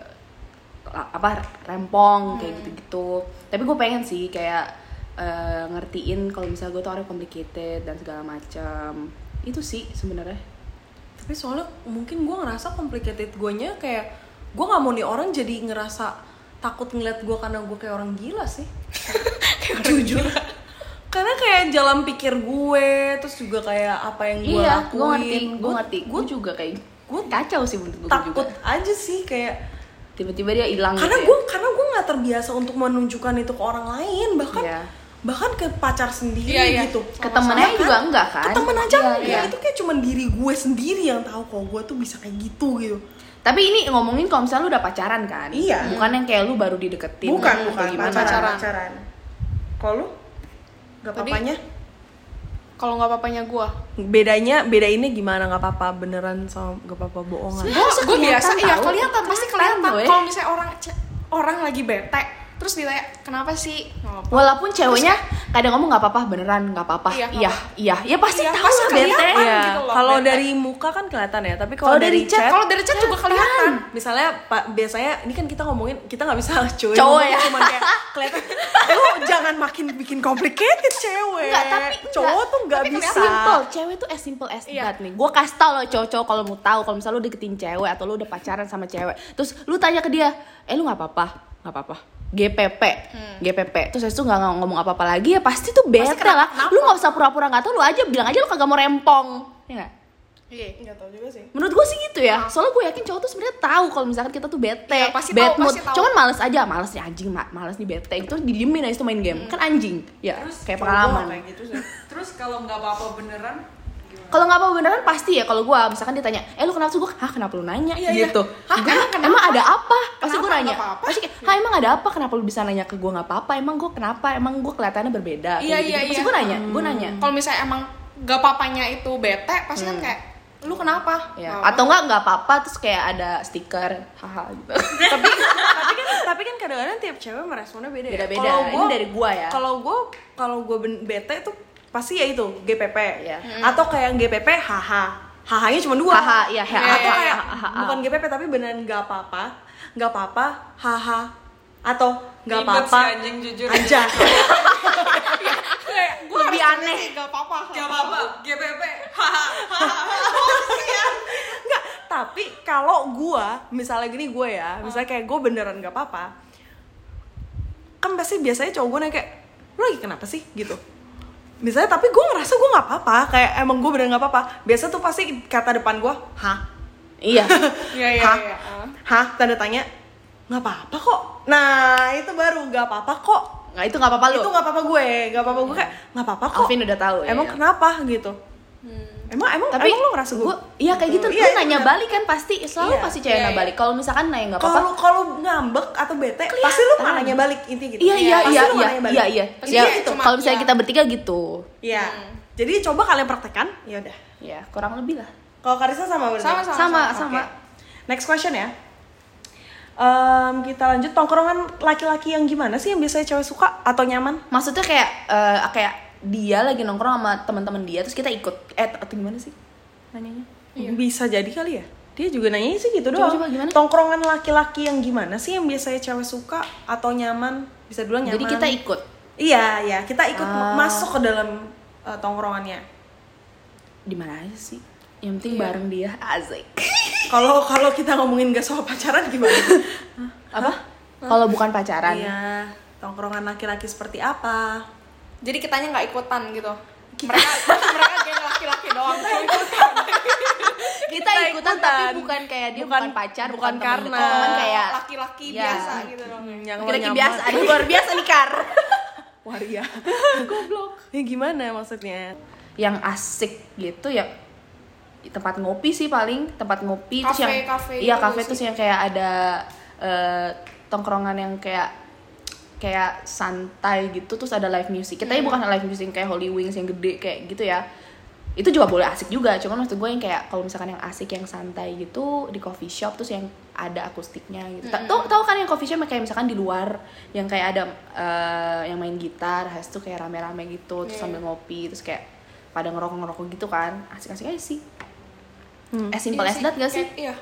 Speaker 1: la- apa rempong kayak gitu-gitu tapi gue pengen sih kayak eh, ngertiin kalau misalnya gue tuh orang complicated dan segala macam itu sih sebenarnya
Speaker 2: tapi soalnya mungkin gue ngerasa complicated gue nya kayak gue nggak mau nih orang jadi ngerasa takut ngeliat gue karena gue kayak orang gila sih jujur karena kayak jalan pikir gue terus juga kayak apa yang gue
Speaker 1: iya,
Speaker 2: lakuin
Speaker 1: gue ngerti, gue
Speaker 2: Gue
Speaker 1: ngerti. Gue juga kayak gue kacau sih menurut gue juga.
Speaker 2: takut aja sih kayak
Speaker 1: Tiba-tiba dia hilang.
Speaker 2: karena
Speaker 1: gitu
Speaker 2: gue karena gue nggak terbiasa untuk menunjukkan itu ke orang lain bahkan
Speaker 1: Iya.
Speaker 2: bahkan ke pacar sendiri
Speaker 3: Iya, iya.
Speaker 2: gitu
Speaker 1: ya. ke temennya
Speaker 2: Sama-sama
Speaker 1: juga enggak kan?
Speaker 2: ke temen aja
Speaker 1: Iya,
Speaker 2: enggak
Speaker 1: iya.
Speaker 2: itu kayak cuman diri gue sendiri yang tahu kok gue tuh bisa kayak gitu gitu
Speaker 1: Tapi ini ngomongin kalau misalnya lu udah pacaran kan?
Speaker 2: Iya.
Speaker 1: Bukan yang kayak lu baru dideketin.
Speaker 2: bukan
Speaker 1: atau
Speaker 2: bukan
Speaker 1: gimana.
Speaker 2: pacaran
Speaker 3: Pacaran.
Speaker 2: pacaran kalau lu nggak
Speaker 3: Tadi-
Speaker 2: papanya
Speaker 3: kalau nggak papanya gue
Speaker 2: bedanya beda ini gimana nggak apa-apa beneran sama nggak apa-apa bohongan
Speaker 1: Sebenarnya harusnya
Speaker 3: gue biasa
Speaker 1: kelihatan
Speaker 3: ya
Speaker 1: tau.
Speaker 3: kelihatan pasti
Speaker 1: Kelihatan,
Speaker 3: kelihatan
Speaker 1: weh.
Speaker 3: kalau misalnya orang ce- orang lagi bete terus ditanya kenapa sih Nggak apa-apa.
Speaker 1: Walaupun ceweknya kadang ngomong nggak apa-apa beneran nggak apa-apa.
Speaker 3: Iya, nggak
Speaker 1: Iya, iya, ya pasti
Speaker 3: Iya,
Speaker 1: tahu
Speaker 3: pasti
Speaker 1: lah bete.
Speaker 3: kelihatan
Speaker 1: Iya.
Speaker 3: gitu loh,
Speaker 2: kalau
Speaker 3: bete.
Speaker 2: dari muka kan kelihatan ya tapi
Speaker 1: Kalau
Speaker 2: kalau
Speaker 1: dari
Speaker 2: dari
Speaker 1: chat,
Speaker 2: chat
Speaker 3: kalau dari chat juga kelihatan
Speaker 2: Kan, misalnya pak biasanya ini kan kita ngomongin kita nggak bisa cuy
Speaker 1: Cowok
Speaker 2: ngomong
Speaker 1: ya?
Speaker 2: cuman kayak kelihatan lu jangan makin bikin complicated cewek
Speaker 1: Enggak, tapi enggak.
Speaker 2: cowok tuh nggak
Speaker 1: Tapi
Speaker 2: bisa
Speaker 1: kelihatan Simple, cewek tuh as simple as
Speaker 3: Iya.
Speaker 1: that nih. Gue kasih tau lo cowok-cowok kalau mau tahu kalau misalnya lu deketin cewek atau lu udah pacaran sama cewek, terus lu tanya ke dia, eh lu nggak apa-apa, nggak apa-apa. GPP, GPP. Terus habis itu nggak nggak ngomong apa-apa lagi ya pasti tuh bete lah. Lu nggak usah pura-pura nggak tahu, lu aja bilang aja lu kagak mau rempong. Iya nggak?
Speaker 3: iya
Speaker 2: nggak tahu juga sih
Speaker 1: Menurut gue sih gitu ya. Soalnya gue yakin cowok tuh sebenarnya tahu kalau misalkan kita tuh bete,
Speaker 3: Iya, pasti
Speaker 1: bad
Speaker 3: tahu,
Speaker 1: mood.
Speaker 3: pasti tahu.
Speaker 1: Cuman males aja, males nih anjing, ma- males nih bete. Itu didiemin aja itu main game. Kan anjing. Ya,
Speaker 4: Terus
Speaker 2: Kalau gua
Speaker 1: kayak
Speaker 2: nggak
Speaker 1: pengalaman.
Speaker 2: kayak gitu sih
Speaker 4: Terus kalau nggak apa-apa beneran gimana?
Speaker 1: Kalau nggak apa beneran pasti ya kalau gua misalkan ditanya, "Eh lu kenapa sih gua? Hah, kenapa lu nanya?"
Speaker 3: Iya,
Speaker 1: gitu.
Speaker 3: iya. Hah,
Speaker 1: Gua,
Speaker 3: emang kenapa?
Speaker 1: emang ada apa? Pasti gua
Speaker 3: Kenapa
Speaker 1: nanya.
Speaker 3: nggak apa-apa?
Speaker 1: Pasti kayak, "Hah, emang ada apa? Kenapa lu bisa nanya ke gua nggak apa-apa? Emang gua kenapa? Emang gua kelihatannya berbeda?" Kayak
Speaker 3: Iya,
Speaker 1: gitu.
Speaker 3: iya,
Speaker 1: Pasti
Speaker 3: iya.
Speaker 1: gua nanya, gua nanya.
Speaker 3: kalau misalnya emang gak papanya itu bete pasti kan kayak lu kenapa Nah,
Speaker 1: Ya.
Speaker 3: Nggak
Speaker 1: Hmm. Atau enggak nggak apa-apa terus kayak ada stiker, haha gitu.
Speaker 2: tapi tapi kan tapi kan kadang-kadang tiap cewek meresponnya beda ya.
Speaker 1: Beda-beda.
Speaker 2: Kalau
Speaker 1: Ini
Speaker 2: gua-
Speaker 1: dari gua ya.
Speaker 2: kalau gue kalau gue bete tuh pasti ya itu GPP
Speaker 1: Iya.
Speaker 2: Hmm. atau kayak GPP HH HH-nya cuma dua
Speaker 1: HH, iya, HH.
Speaker 2: atau kayak
Speaker 1: HH.
Speaker 2: bukan GPP tapi beneran nggak apa-apa nggak apa-apa HH atau nggak
Speaker 4: Ribet
Speaker 2: apa-apa
Speaker 4: sih, anjing, jujur.
Speaker 2: aja
Speaker 3: kayak gue
Speaker 1: Lebih
Speaker 3: harus
Speaker 1: aneh.
Speaker 3: ngerti, gak apa-apa
Speaker 4: Gak apa-apa, GPP.
Speaker 2: Nggak, tapi kalau gua misalnya gini gue ya misalnya kayak gue beneran nggak apa-apa kan pasti biasanya cowok gue nanya kayak lu lagi kenapa sih gitu misalnya tapi gue ngerasa gue nggak apa-apa kayak emang gue beneran nggak apa-apa biasa tuh pasti kata depan gue hah
Speaker 1: iya.
Speaker 3: iya iya
Speaker 2: Hah?
Speaker 3: iya Ah.
Speaker 2: Hah? Tanda tanya? Nggak apa-apa kok. Nah, itu baru nggak apa-apa kok.
Speaker 1: Nah, itu nggak apa-apa lu.
Speaker 2: Itu nggak apa-apa gue, nggak apa-apa gue kayak nggak apa-apa kok.
Speaker 1: Alvin udah tahu,
Speaker 2: Emang
Speaker 1: iya.
Speaker 2: kenapa gitu? Emang emang
Speaker 1: tapi
Speaker 2: emang lo ngerasa gue?
Speaker 1: gua- iya kayak gitu
Speaker 2: Iya,
Speaker 1: Lu
Speaker 2: iya,
Speaker 1: nanya
Speaker 2: bener.
Speaker 1: balik kan pasti selalu
Speaker 2: Iya.
Speaker 1: pasti cewek
Speaker 3: Iya,
Speaker 1: nanya
Speaker 3: iya.
Speaker 1: balik kalau misalkan nanya nggak apa-apa
Speaker 2: Kalau kalau ngambek atau bete, pasti lu nggak nanya balik inti gitu.
Speaker 1: Iya iya
Speaker 2: Pasti
Speaker 1: iya
Speaker 2: lu nggak
Speaker 1: iya
Speaker 2: nanya balik.
Speaker 1: iya iya.
Speaker 3: Pasti
Speaker 1: Ya,
Speaker 3: kayak cuma-
Speaker 1: Kalau misalnya
Speaker 3: iya.
Speaker 1: kita bertiga gitu,
Speaker 2: Iya. Jadi coba kalian praktekkan. Ya udah.
Speaker 1: ya kurang lebih lah.
Speaker 2: Kalau Karisa sama berarti?
Speaker 3: Sama,
Speaker 1: Sama
Speaker 2: Oke.
Speaker 1: sama.
Speaker 2: Next question ya. Em, kita lanjut tongkrongan laki-laki yang gimana sih yang biasanya cewek suka atau nyaman?
Speaker 1: Maksudnya kayak eh, kayak dia lagi nongkrong sama teman-teman dia terus kita ikut eh atau gimana sih? Nanyanya.
Speaker 2: Bisa jadi kali ya. Dia juga nanya sih gitu
Speaker 1: Coba,
Speaker 2: doang.
Speaker 1: coba, gimana?
Speaker 2: Tongkrongan laki-laki yang gimana sih yang biasanya cewek suka atau nyaman? Bisa dulu nyaman.
Speaker 1: Jadi kita ikut.
Speaker 2: Iya, iya, kita ikut
Speaker 1: Ah.
Speaker 2: masuk ke dalam eh, tongkrongannya.
Speaker 1: Di mana aja sih? Yang penting bareng dia asik.
Speaker 2: Kalau kalau kita ngomongin gak soal pacaran gimana?
Speaker 1: Apa? Kalau bukan pacaran.
Speaker 2: iya, tongkrongan laki-laki seperti apa?
Speaker 3: jadi kitanya nggak ikutan gitu mereka mereka geng laki-laki doang
Speaker 1: Iya.
Speaker 3: ikutan
Speaker 1: Kita ikutan tapi bukan kayak dia bukan,
Speaker 2: Bukan-
Speaker 1: pacar,
Speaker 2: bukan
Speaker 1: bukan, teman
Speaker 2: karena-
Speaker 1: dekat, cuman kayak
Speaker 3: laki-laki
Speaker 1: Iya.
Speaker 3: biasa gitu dong
Speaker 2: Yang
Speaker 1: laki-laki
Speaker 2: nyaman.
Speaker 1: biasa, ada luar biasa nih Kar.
Speaker 2: Waria. Goblok. iya. Ya gimana maksudnya?
Speaker 1: Yang asik gitu ya tempat ngopi sih paling tempat ngopi
Speaker 3: Kafe,
Speaker 1: terus yang
Speaker 3: kafe
Speaker 1: iya
Speaker 3: gitu
Speaker 1: kafe
Speaker 3: sih.
Speaker 1: terus yang kayak ada eh, tongkrongan yang kayak kayak santai gitu terus ada live music kita ya bukan live music kayak Holy Wings yang gede kayak gitu ya itu juga boleh asik juga cuman maksud gue yang kayak kalau misalkan yang asik yang santai gitu di coffee shop terus yang ada akustiknya gitu Ta- tau tau kan yang coffee shop yang kayak misalkan di luar yang kayak ada eh, yang main gitar habis itu kayak rame-rame gitu terus sambil ngopi terus kayak pada ngerokok-ngerokok gitu kan asik-asik aja sih as simple
Speaker 3: Iya
Speaker 1: as that gak sih?
Speaker 3: Kayak- iya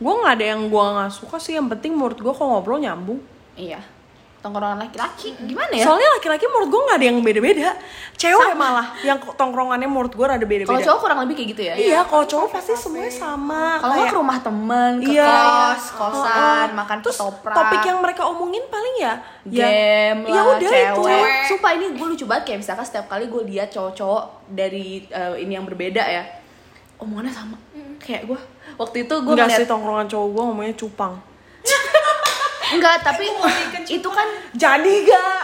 Speaker 2: Gue nggak ada yang gue nggak suka sih. Yang penting menurut gue kalau ngobrol nyambung.
Speaker 1: Iya. tongkrongan laki-laki gimana ya
Speaker 2: Soalnya laki-laki menurut gue nggak ada yang beda-beda. Cewek malah yang ko- tongkrongannya menurut gue ada beda-beda.
Speaker 1: kalau cowok kurang lebih kayak gitu ya
Speaker 2: iya, kalau cowok pasti semuanya sama.
Speaker 1: kalau nggak
Speaker 2: Kayak-
Speaker 1: ke rumah temen ke
Speaker 2: Iya.
Speaker 1: kos kosan
Speaker 2: Heeh.
Speaker 1: makan
Speaker 2: Terus
Speaker 1: ketoprak
Speaker 2: topik yang mereka omongin paling ya ya-
Speaker 1: game
Speaker 2: ya
Speaker 1: lah
Speaker 2: udah
Speaker 1: cewek.
Speaker 2: itu.
Speaker 3: Cewek.
Speaker 1: Sumpah ini gue lucu banget kayak misalkan setiap kali gue lihat cowok-cowok dari eh, ini yang berbeda ya. Omongannya sama. Kayak gue waktu itu gue
Speaker 2: Enggak sih
Speaker 1: ngeliat
Speaker 2: tongkrongan cowok gue ngomongnya cupang.
Speaker 1: enggak tapi itu kan
Speaker 2: Jadi gak?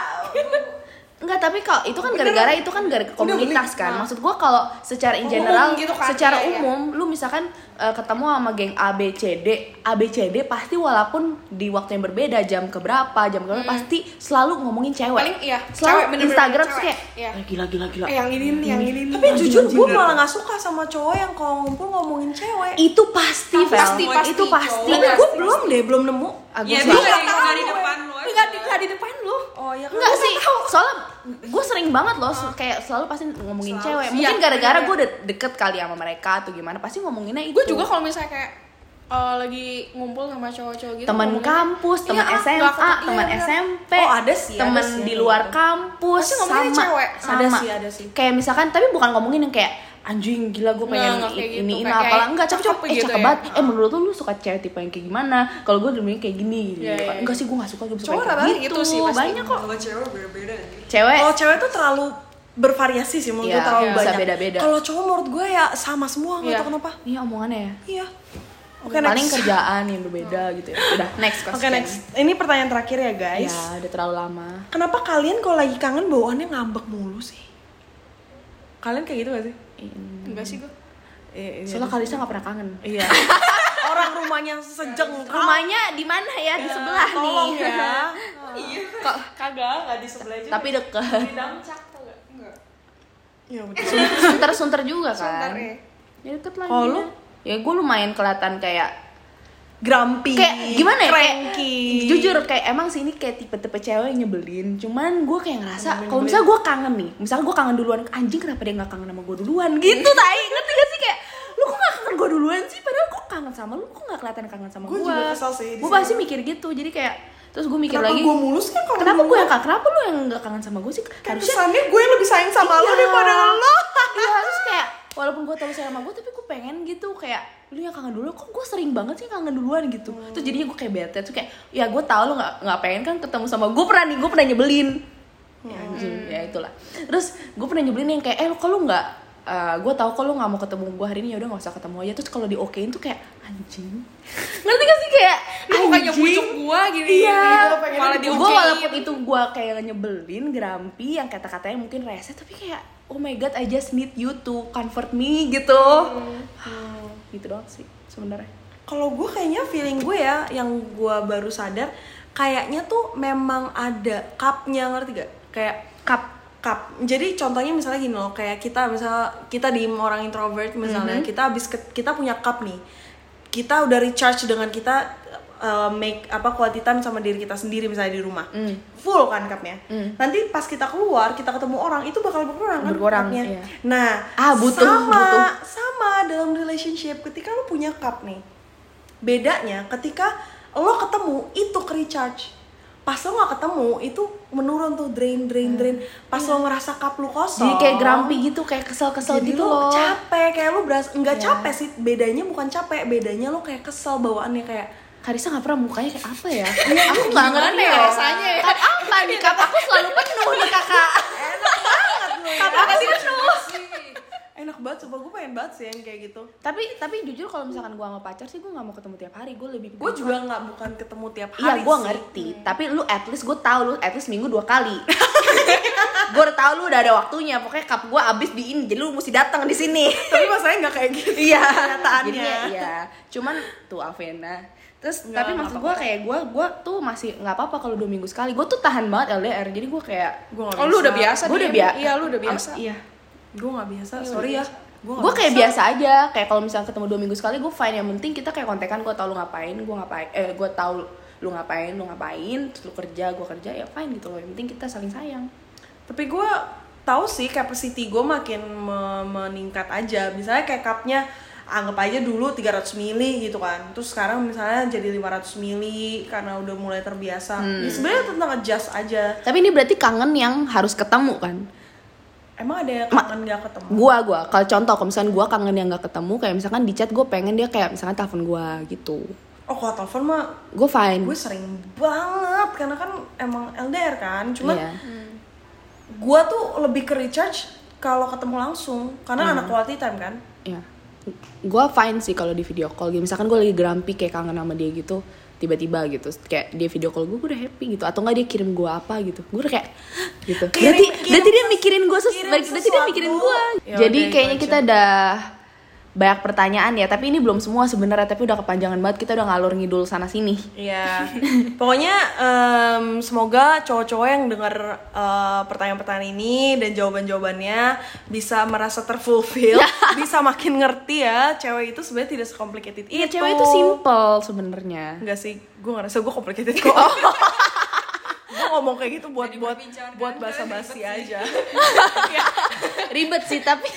Speaker 1: enggak tapi kalau itu kan gara-gara itu kan gara komunitas kan. Maksud gue kalau secara in
Speaker 3: ah. Umum
Speaker 1: general
Speaker 3: gitu kan,
Speaker 1: secara
Speaker 3: iya, iya.
Speaker 1: umum lu misalkan eh, ketemu sama geng ABCD, ABCD pasti walaupun di waktu yang berbeda jam ke berapa, jam ke berapa pasti selalu ngomongin cewek.
Speaker 3: Hmm. Paling iya,
Speaker 1: selalu
Speaker 3: cewek, bener-bener
Speaker 1: Instagram
Speaker 3: cewek.
Speaker 1: tuh kayak Hmm.
Speaker 3: Iya.
Speaker 1: "Eh, gila gila gila.
Speaker 3: Eh, yang ini nih, yang ini nih.
Speaker 2: Tapi jujur
Speaker 1: anjing,
Speaker 2: gue
Speaker 1: bener.
Speaker 2: malah gak suka sama cowok yang kalau ngumpul ngomongin cewek.
Speaker 1: itu pasti Vel.
Speaker 3: Pasti, pasti,
Speaker 1: itu pasti
Speaker 2: Tapi gue belum deh, belum nemu.
Speaker 1: Agus
Speaker 4: Iya,
Speaker 1: Vel.
Speaker 4: dia nggak nggak di depan lu eh. aja.
Speaker 3: Enggak di, nggak di depan lu.
Speaker 2: Oh ya kan.
Speaker 1: Enggak sih, soalnya gue sering banget loh,
Speaker 3: Ah.
Speaker 1: se- kayak selalu pasti ngomongin
Speaker 4: Selalu.
Speaker 1: cewek.
Speaker 4: Iya,
Speaker 1: Mungkin gara-gara
Speaker 4: iya.
Speaker 1: gue udah deket kali sama mereka atau gimana, pasti ngomonginnya itu.
Speaker 3: Gue juga kalau misalnya kayak eh, lagi ngumpul sama cowok-cowok gitu.
Speaker 1: teman
Speaker 3: ngomongin-
Speaker 1: kampus, teman
Speaker 3: Iya, ah,
Speaker 1: SMA,
Speaker 3: nggak ketemu- iya,
Speaker 1: teman
Speaker 3: bener.
Speaker 1: SMP,
Speaker 2: Oh, ada sih, ada
Speaker 1: teman
Speaker 2: sih
Speaker 1: di
Speaker 2: yang
Speaker 1: luar
Speaker 2: gitu.
Speaker 1: kampus,
Speaker 3: Pasti
Speaker 1: sama,
Speaker 3: ngomonginnya cewek.
Speaker 1: sama.
Speaker 2: Ada sih, ada sih.
Speaker 1: Kayak misalkan, tapi bukan ngomongin yang kayak anjing gila gue pengen
Speaker 3: Nggak, nggak kayak gitu.
Speaker 1: ini ini
Speaker 3: Kayak-
Speaker 1: apalah enggak
Speaker 3: kayak
Speaker 1: cocok
Speaker 3: cakep
Speaker 1: eh
Speaker 3: gitu
Speaker 1: cakep
Speaker 3: ya.
Speaker 1: banget eh menurut lu lu suka cewek tipe yang kayak gimana kalau gue dulu kayak gini gitu
Speaker 3: Iya,
Speaker 1: kan.
Speaker 3: iya.
Speaker 1: enggak sih gue nggak suka gue suka yang
Speaker 3: Cowok
Speaker 1: kayak
Speaker 3: rata-rata
Speaker 1: gitu
Speaker 3: gitu sih, pasti. Oh.
Speaker 1: banyak kok
Speaker 4: Kalau cewek beda-beda ya. anjir.
Speaker 1: cewek
Speaker 2: Kalau cewek tuh terlalu bervariasi sih menurut
Speaker 1: Iya,
Speaker 2: gue terlalu
Speaker 1: iya. Bisa
Speaker 2: banyak.
Speaker 1: beda-beda.
Speaker 2: Kalau cowok menurut gue ya sama semua nggak
Speaker 3: Iya.
Speaker 2: tahu kenapa.
Speaker 1: Iya omongannya ya.
Speaker 2: Iya. Oke
Speaker 1: Paling
Speaker 2: next.
Speaker 1: kerjaan yang berbeda gitu ya. Udah next
Speaker 2: Oke
Speaker 1: question.
Speaker 2: next. Ini pertanyaan terakhir ya guys.
Speaker 1: Ya udah terlalu lama.
Speaker 2: Kenapa kalian kalau lagi kangen bawaannya ngambek mulu sih? Kalian kayak gitu gak sih?
Speaker 3: Enggak sih gue. Iya,
Speaker 1: Soalnya Kalisa nggak pernah kangen.
Speaker 2: Iya. Orang rumahnya sejeng.
Speaker 1: Rumahnya di mana ya? Di sebelah
Speaker 2: Eh, Tolong
Speaker 1: nih.
Speaker 2: ya.
Speaker 3: Kagak, enggak di sebelah aja.
Speaker 1: Tapi deket.
Speaker 2: Iya.
Speaker 3: di damcak tau gak? Enggak.
Speaker 2: Ya betul.
Speaker 1: Sunter-sunter juga kan.
Speaker 3: Sebentar ya.
Speaker 1: Ya deket lah.
Speaker 2: iya. Kalau
Speaker 1: dia.
Speaker 2: lu?
Speaker 1: Ya gue lumayan kelihatan kayak
Speaker 2: Grumpy.
Speaker 1: kayak gimana ya kayak
Speaker 2: Cranky.
Speaker 1: jujur kayak emang sih ini kayak tipe-tipe cewek yang nyebelin cuman gue kayak ngerasa kalau
Speaker 2: ya.
Speaker 1: misalnya gue kangen nih misalnya gue kangen duluan anjing kenapa dia nggak kangen sama gue duluan gitu tai ngerti gak sih kayak lu kok gak kangen gue duluan sih padahal gue kangen sama lu kok gak kelihatan kangen sama gue
Speaker 2: Gua juga kesel sih di
Speaker 1: gue
Speaker 2: situ.
Speaker 1: pasti mikir gitu jadi kayak terus gue mikir
Speaker 2: Kenapa
Speaker 1: lagi
Speaker 2: gue mulus kan kalau
Speaker 1: kenapa
Speaker 2: dulu?
Speaker 1: gue yang kenapa lu yang gak kangen sama gue sih
Speaker 2: Kayak
Speaker 1: harusnya
Speaker 2: kesannya gue yang lebih sayang sama lo
Speaker 1: Iya.
Speaker 2: daripada lo.
Speaker 1: Iya, harus kayak walaupun gue terlalu sayang sama gue tapi gue pengen gitu kayak lu yang kangen dulu kok gue sering banget sih kangen duluan gitu
Speaker 2: Hmm.
Speaker 1: terus jadinya gue kayak bete tuh kayak ya gue tau lu nggak nggak pengen kan ketemu sama gue pernah nih gue pernah nyebelin ya
Speaker 2: Hmm.
Speaker 1: anjing ya itulah terus gue pernah nyebelin yang kayak eh kalau nggak eh, gue tau kalau nggak mau ketemu gue hari ini ya udah nggak usah ketemu aja terus kalau diokein tuh kayak anjing ngerti gak sih kayak
Speaker 3: Lu bukannya
Speaker 1: anjing
Speaker 3: bujuk gua gini.
Speaker 1: Iya,
Speaker 3: gini. Malah
Speaker 1: gue
Speaker 3: diokein.
Speaker 1: walaupun itu gue kayak nyebelin, grumpy, yang kata-katanya mungkin rese, tapi kayak oh my god, I just need you to comfort me gitu. gitu doang sih sebenarnya.
Speaker 2: Kalau gue kayaknya feeling gue ya, yang gue baru sadar, kayaknya tuh memang ada cupnya ngerti gak? Kayak cup cup. Jadi contohnya misalnya gini loh, kayak kita misalnya kita di orang introvert
Speaker 1: Mhm.
Speaker 2: misalnya, kita habis ke- kita punya cup nih, kita udah recharge dengan kita uh, make apa quality time sama diri kita sendiri misalnya di rumah,
Speaker 1: Mhm.
Speaker 2: full kan cupnya. Nanti pas kita keluar, kita ketemu orang itu bakal berkurang kan
Speaker 1: Berkurang,
Speaker 2: cupnya.
Speaker 1: iya.
Speaker 2: Nah,
Speaker 1: Ah, butuh,
Speaker 2: sama
Speaker 1: butuh.
Speaker 2: sama dalam relationship ketika lo punya cup nih bedanya ketika lo ketemu itu ke recharge pas lo nggak ketemu itu menurun tuh drain drain drain pas lo ngerasa cup lo kosong
Speaker 1: Hmm. Iya. Jadi kayak grumpy gitu, kayak kesel-kesel
Speaker 2: jadi
Speaker 1: gitu
Speaker 2: lo
Speaker 1: loh.
Speaker 2: capek kayak lo beras
Speaker 1: Iya.
Speaker 2: nggak capek sih bedanya bukan capek bedanya lo kayak kesel bawaannya kayak
Speaker 1: Karisa gak pernah mukanya kayak apa ya? aku gak ngerti
Speaker 3: ya
Speaker 1: loh.
Speaker 3: rasanya ya?
Speaker 1: Kan apa nih kak? Aku selalu penuh nih kakak.
Speaker 3: Apa kasih penuh?
Speaker 2: enak banget sumpah gue pengen banget sih yang kayak gitu
Speaker 1: tapi tapi jujur kalau misalkan gue sama pacar sih gue gak mau ketemu tiap hari. Gue lebih
Speaker 2: gue juga nggak bukan ketemu tiap hari
Speaker 1: Iya, gue
Speaker 2: sih.
Speaker 1: ngerti. Tapi lu at least gue tahu lu at least minggu dua kali. gue udah tahu lu udah ada waktunya. Pokoknya cup gue abis di ini, jadi lu mesti datang di sini.
Speaker 2: tapi masalahnya nggak kayak gitu
Speaker 1: Iya,
Speaker 2: kenyataannya.
Speaker 1: Jadinya, Iya. Cuman tuh Alvena. Terus
Speaker 2: Nggak,
Speaker 1: tapi
Speaker 2: nggak
Speaker 1: maksud gue kayak gue gue tuh masih nggak apa-apa kalau dua minggu sekali. Gue tuh tahan banget LDR. Jadi gue kayak
Speaker 2: gue
Speaker 3: Oh, lu udah biasa.
Speaker 1: gue udah
Speaker 3: Dim.
Speaker 1: biasa.
Speaker 3: Iya, lu udah biasa.
Speaker 1: Iya.
Speaker 2: gue nggak biasa sorry ya gue
Speaker 1: Gue Iya, kayak biasa aja. Kayak kalau misalnya ketemu dua minggu sekali gue fine. Yang penting kita kayak kontekan. Gue tau lu ngapain, gue ngapain. Eh, gue tau lu ngapain, lu ngapain. Terus lu kerja, gue kerja. Ya fine gitu loh. Yang penting kita saling sayang.
Speaker 2: tapi gue tahu sih capacity gue makin me- meningkat aja misalnya kayak cupnya anggap aja dulu 300 mili gitu kan terus sekarang misalnya jadi 500 mili karena udah mulai terbiasa
Speaker 1: Hmm.
Speaker 2: Ya, sebenarnya tentang adjust aja
Speaker 1: Tapi ini berarti kangen yang harus ketemu kan?
Speaker 2: emang ada yang
Speaker 1: Ma-
Speaker 2: kangen nggak ketemu
Speaker 1: Gua gua kalau contoh kalau misalkan gua kangen yang nggak ketemu kayak misalkan di chat gue pengen dia kayak misalkan telepon gua gitu.
Speaker 2: oh kalau telepon mah
Speaker 1: Gue fine.
Speaker 2: gue sering banget karena kan emang LDR kan cuman
Speaker 1: Iya.
Speaker 2: gue tuh lebih ke recharge kalau ketemu langsung
Speaker 1: Hmm.
Speaker 2: karena anak quality time kan
Speaker 1: Iya. Gue fine sih kalau di video call. Gitu. Misalkan gue lagi grumpy kayak kangen sama dia gitu, tiba-tiba gitu. Kayak dia video call gue, gue udah happy gitu. Atau nggak dia kirim gue apa gitu, gue udah kayak gitu.
Speaker 2: Kirim-
Speaker 1: berarti,
Speaker 2: kirim
Speaker 1: berarti dia
Speaker 2: ses-
Speaker 1: mikirin gue, ses-
Speaker 2: kirim
Speaker 1: berarti berarti dia
Speaker 2: sesuatu.
Speaker 1: mikirin gue.
Speaker 2: Ya
Speaker 1: Jadi
Speaker 2: udah, itu
Speaker 1: kayaknya
Speaker 2: aja.
Speaker 1: kita udah banyak pertanyaan ya. Tapi ini belum semua sebenarnya. Tapi udah kepanjangan banget. Kita udah ngalur ngidul sana sini.
Speaker 2: Iya. Pokoknya em, semoga cowok-cowok yang dengar eh, pertanyaan-pertanyaan ini dan jawaban-jawabannya bisa merasa terfulfill, bisa makin ngerti ya, cewek itu sebenarnya tidak sekomplikated itu.
Speaker 1: Iya, cewek itu simple sebenarnya.
Speaker 2: Enggak sih, gue ngerasa gue complicated kok.
Speaker 1: Oh.
Speaker 2: gue ngomong kayak gitu buat
Speaker 4: Jadi
Speaker 2: buat
Speaker 4: berbicara,
Speaker 2: buat
Speaker 4: kan?
Speaker 2: basa-basi
Speaker 4: Ribet
Speaker 2: aja.
Speaker 1: Ribet sih tapi.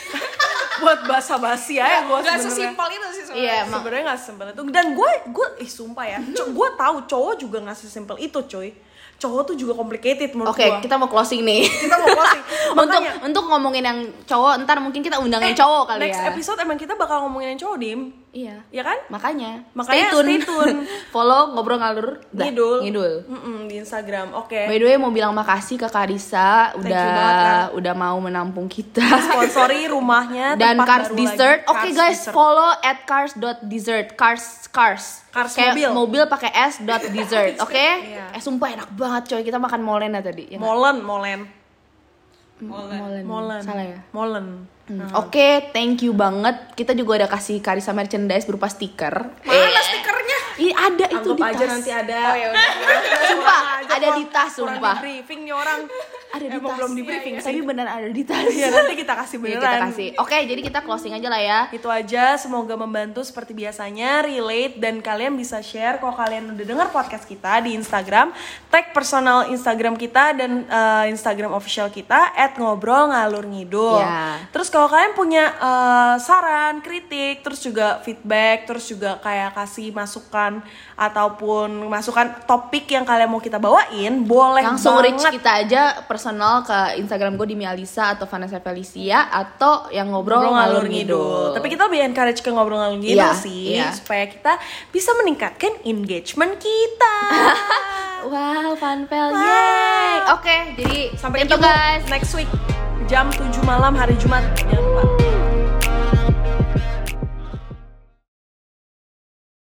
Speaker 2: buat basa-basi aja gue
Speaker 3: Gak
Speaker 2: sebenarnya.
Speaker 3: sesimpel itu sih sebenarnya.
Speaker 1: Iya, emang.
Speaker 2: sebenarnya nggak sesimpel itu dan gue gue ih sumpah ya gue tahu cowok juga nggak sesimpel itu coy cowok tuh juga complicated menurut
Speaker 1: Oke,
Speaker 2: gue
Speaker 1: kita mau closing nih.
Speaker 2: kita mau closing
Speaker 1: untuk
Speaker 2: Makanya-
Speaker 1: untuk ngomongin yang cowok, ntar mungkin kita undang yang
Speaker 2: Eh,
Speaker 1: cowok kali
Speaker 2: next
Speaker 1: ya.
Speaker 2: episode emang kita bakal ngomongin yang cowok dim
Speaker 1: Iya.
Speaker 2: ya kan
Speaker 1: Makanya,
Speaker 2: Makanya
Speaker 1: stay tune.
Speaker 2: stay tune.
Speaker 1: Follow ngobrol ngalur Dah,
Speaker 2: ngidul
Speaker 1: Ngidul.
Speaker 2: Mm-mm, di instagram oke
Speaker 1: By the way mau bilang makasih ke Karisa
Speaker 2: Thank you banget, Kak.
Speaker 1: udah udah mau menampung kita
Speaker 2: sponsori rumahnya
Speaker 1: dan
Speaker 2: tempat
Speaker 1: Cars
Speaker 2: baru
Speaker 1: Dessert.
Speaker 2: lagi.
Speaker 1: Oke
Speaker 2: Cars
Speaker 1: guys,
Speaker 2: Dessert.
Speaker 1: follow at cars.dessert. Cars cars.
Speaker 2: Cars
Speaker 1: Kayak
Speaker 2: mobil.
Speaker 1: pakai S dot dessert, oke?
Speaker 2: Iya.
Speaker 1: Eh sumpah enak banget coy, kita makan molena tadi. ya nggak?
Speaker 2: molen molen
Speaker 1: molen.
Speaker 2: molen
Speaker 1: Salah ya?
Speaker 2: molen
Speaker 1: Hmm, Oke, thank you banget. Kita juga ada kasih Karisa merchandise berupa stiker.
Speaker 3: Mana stikernya?
Speaker 1: Ih, ada itu
Speaker 2: anggap
Speaker 1: di tas.
Speaker 2: aja nanti ada
Speaker 3: Oh ya udah.
Speaker 1: Sumpah,
Speaker 2: Kurang aja,
Speaker 1: ada di
Speaker 2: kurang-
Speaker 1: tas,
Speaker 2: kurang
Speaker 1: sumpah.
Speaker 2: di briefing nih orang
Speaker 1: Ada
Speaker 2: Emang
Speaker 1: di tas. Iya,
Speaker 2: belum di briefing
Speaker 1: Tapi beneran ada di tas.
Speaker 2: ya nanti kita kasih
Speaker 1: Iya,
Speaker 2: beneran Iya,
Speaker 1: kita kasih. Oke, jadi kita closing aja lah ya.
Speaker 2: itu aja semoga membantu seperti biasanya relate dan kalian bisa share kalau kalian udah dengar podcast kita di Instagram tag personal Instagram kita dan eh, Instagram official kita at ngobrol ngalur ngidul
Speaker 1: Ya.
Speaker 2: terus kalau kalian punya eh, saran kritik terus juga feedback terus juga kayak kasih masukan ataupun masukan topik yang kalian mau kita bawain boleh
Speaker 1: Langsung reach
Speaker 2: banget
Speaker 1: kita aja personal ke Instagram gue Dimi Alisa atau Vanessa Felicia atau yang ngobrol,
Speaker 2: ngobrol
Speaker 1: ngalur
Speaker 2: ngalur
Speaker 1: ngidul.
Speaker 2: ngidul. Tapi kita lebih encourage ke ngobrol ngalur ngidul
Speaker 1: Iya,
Speaker 2: sih
Speaker 1: iya.
Speaker 2: supaya kita bisa meningkatkan engagement kita.
Speaker 1: wow, fun fail.
Speaker 2: Wow.
Speaker 1: Yay. Oke, jadi
Speaker 2: Sampai
Speaker 1: thank you
Speaker 2: ketemu
Speaker 1: Gitu, guys.
Speaker 2: next week jam 7 malam hari Jumat. Jangan lupa.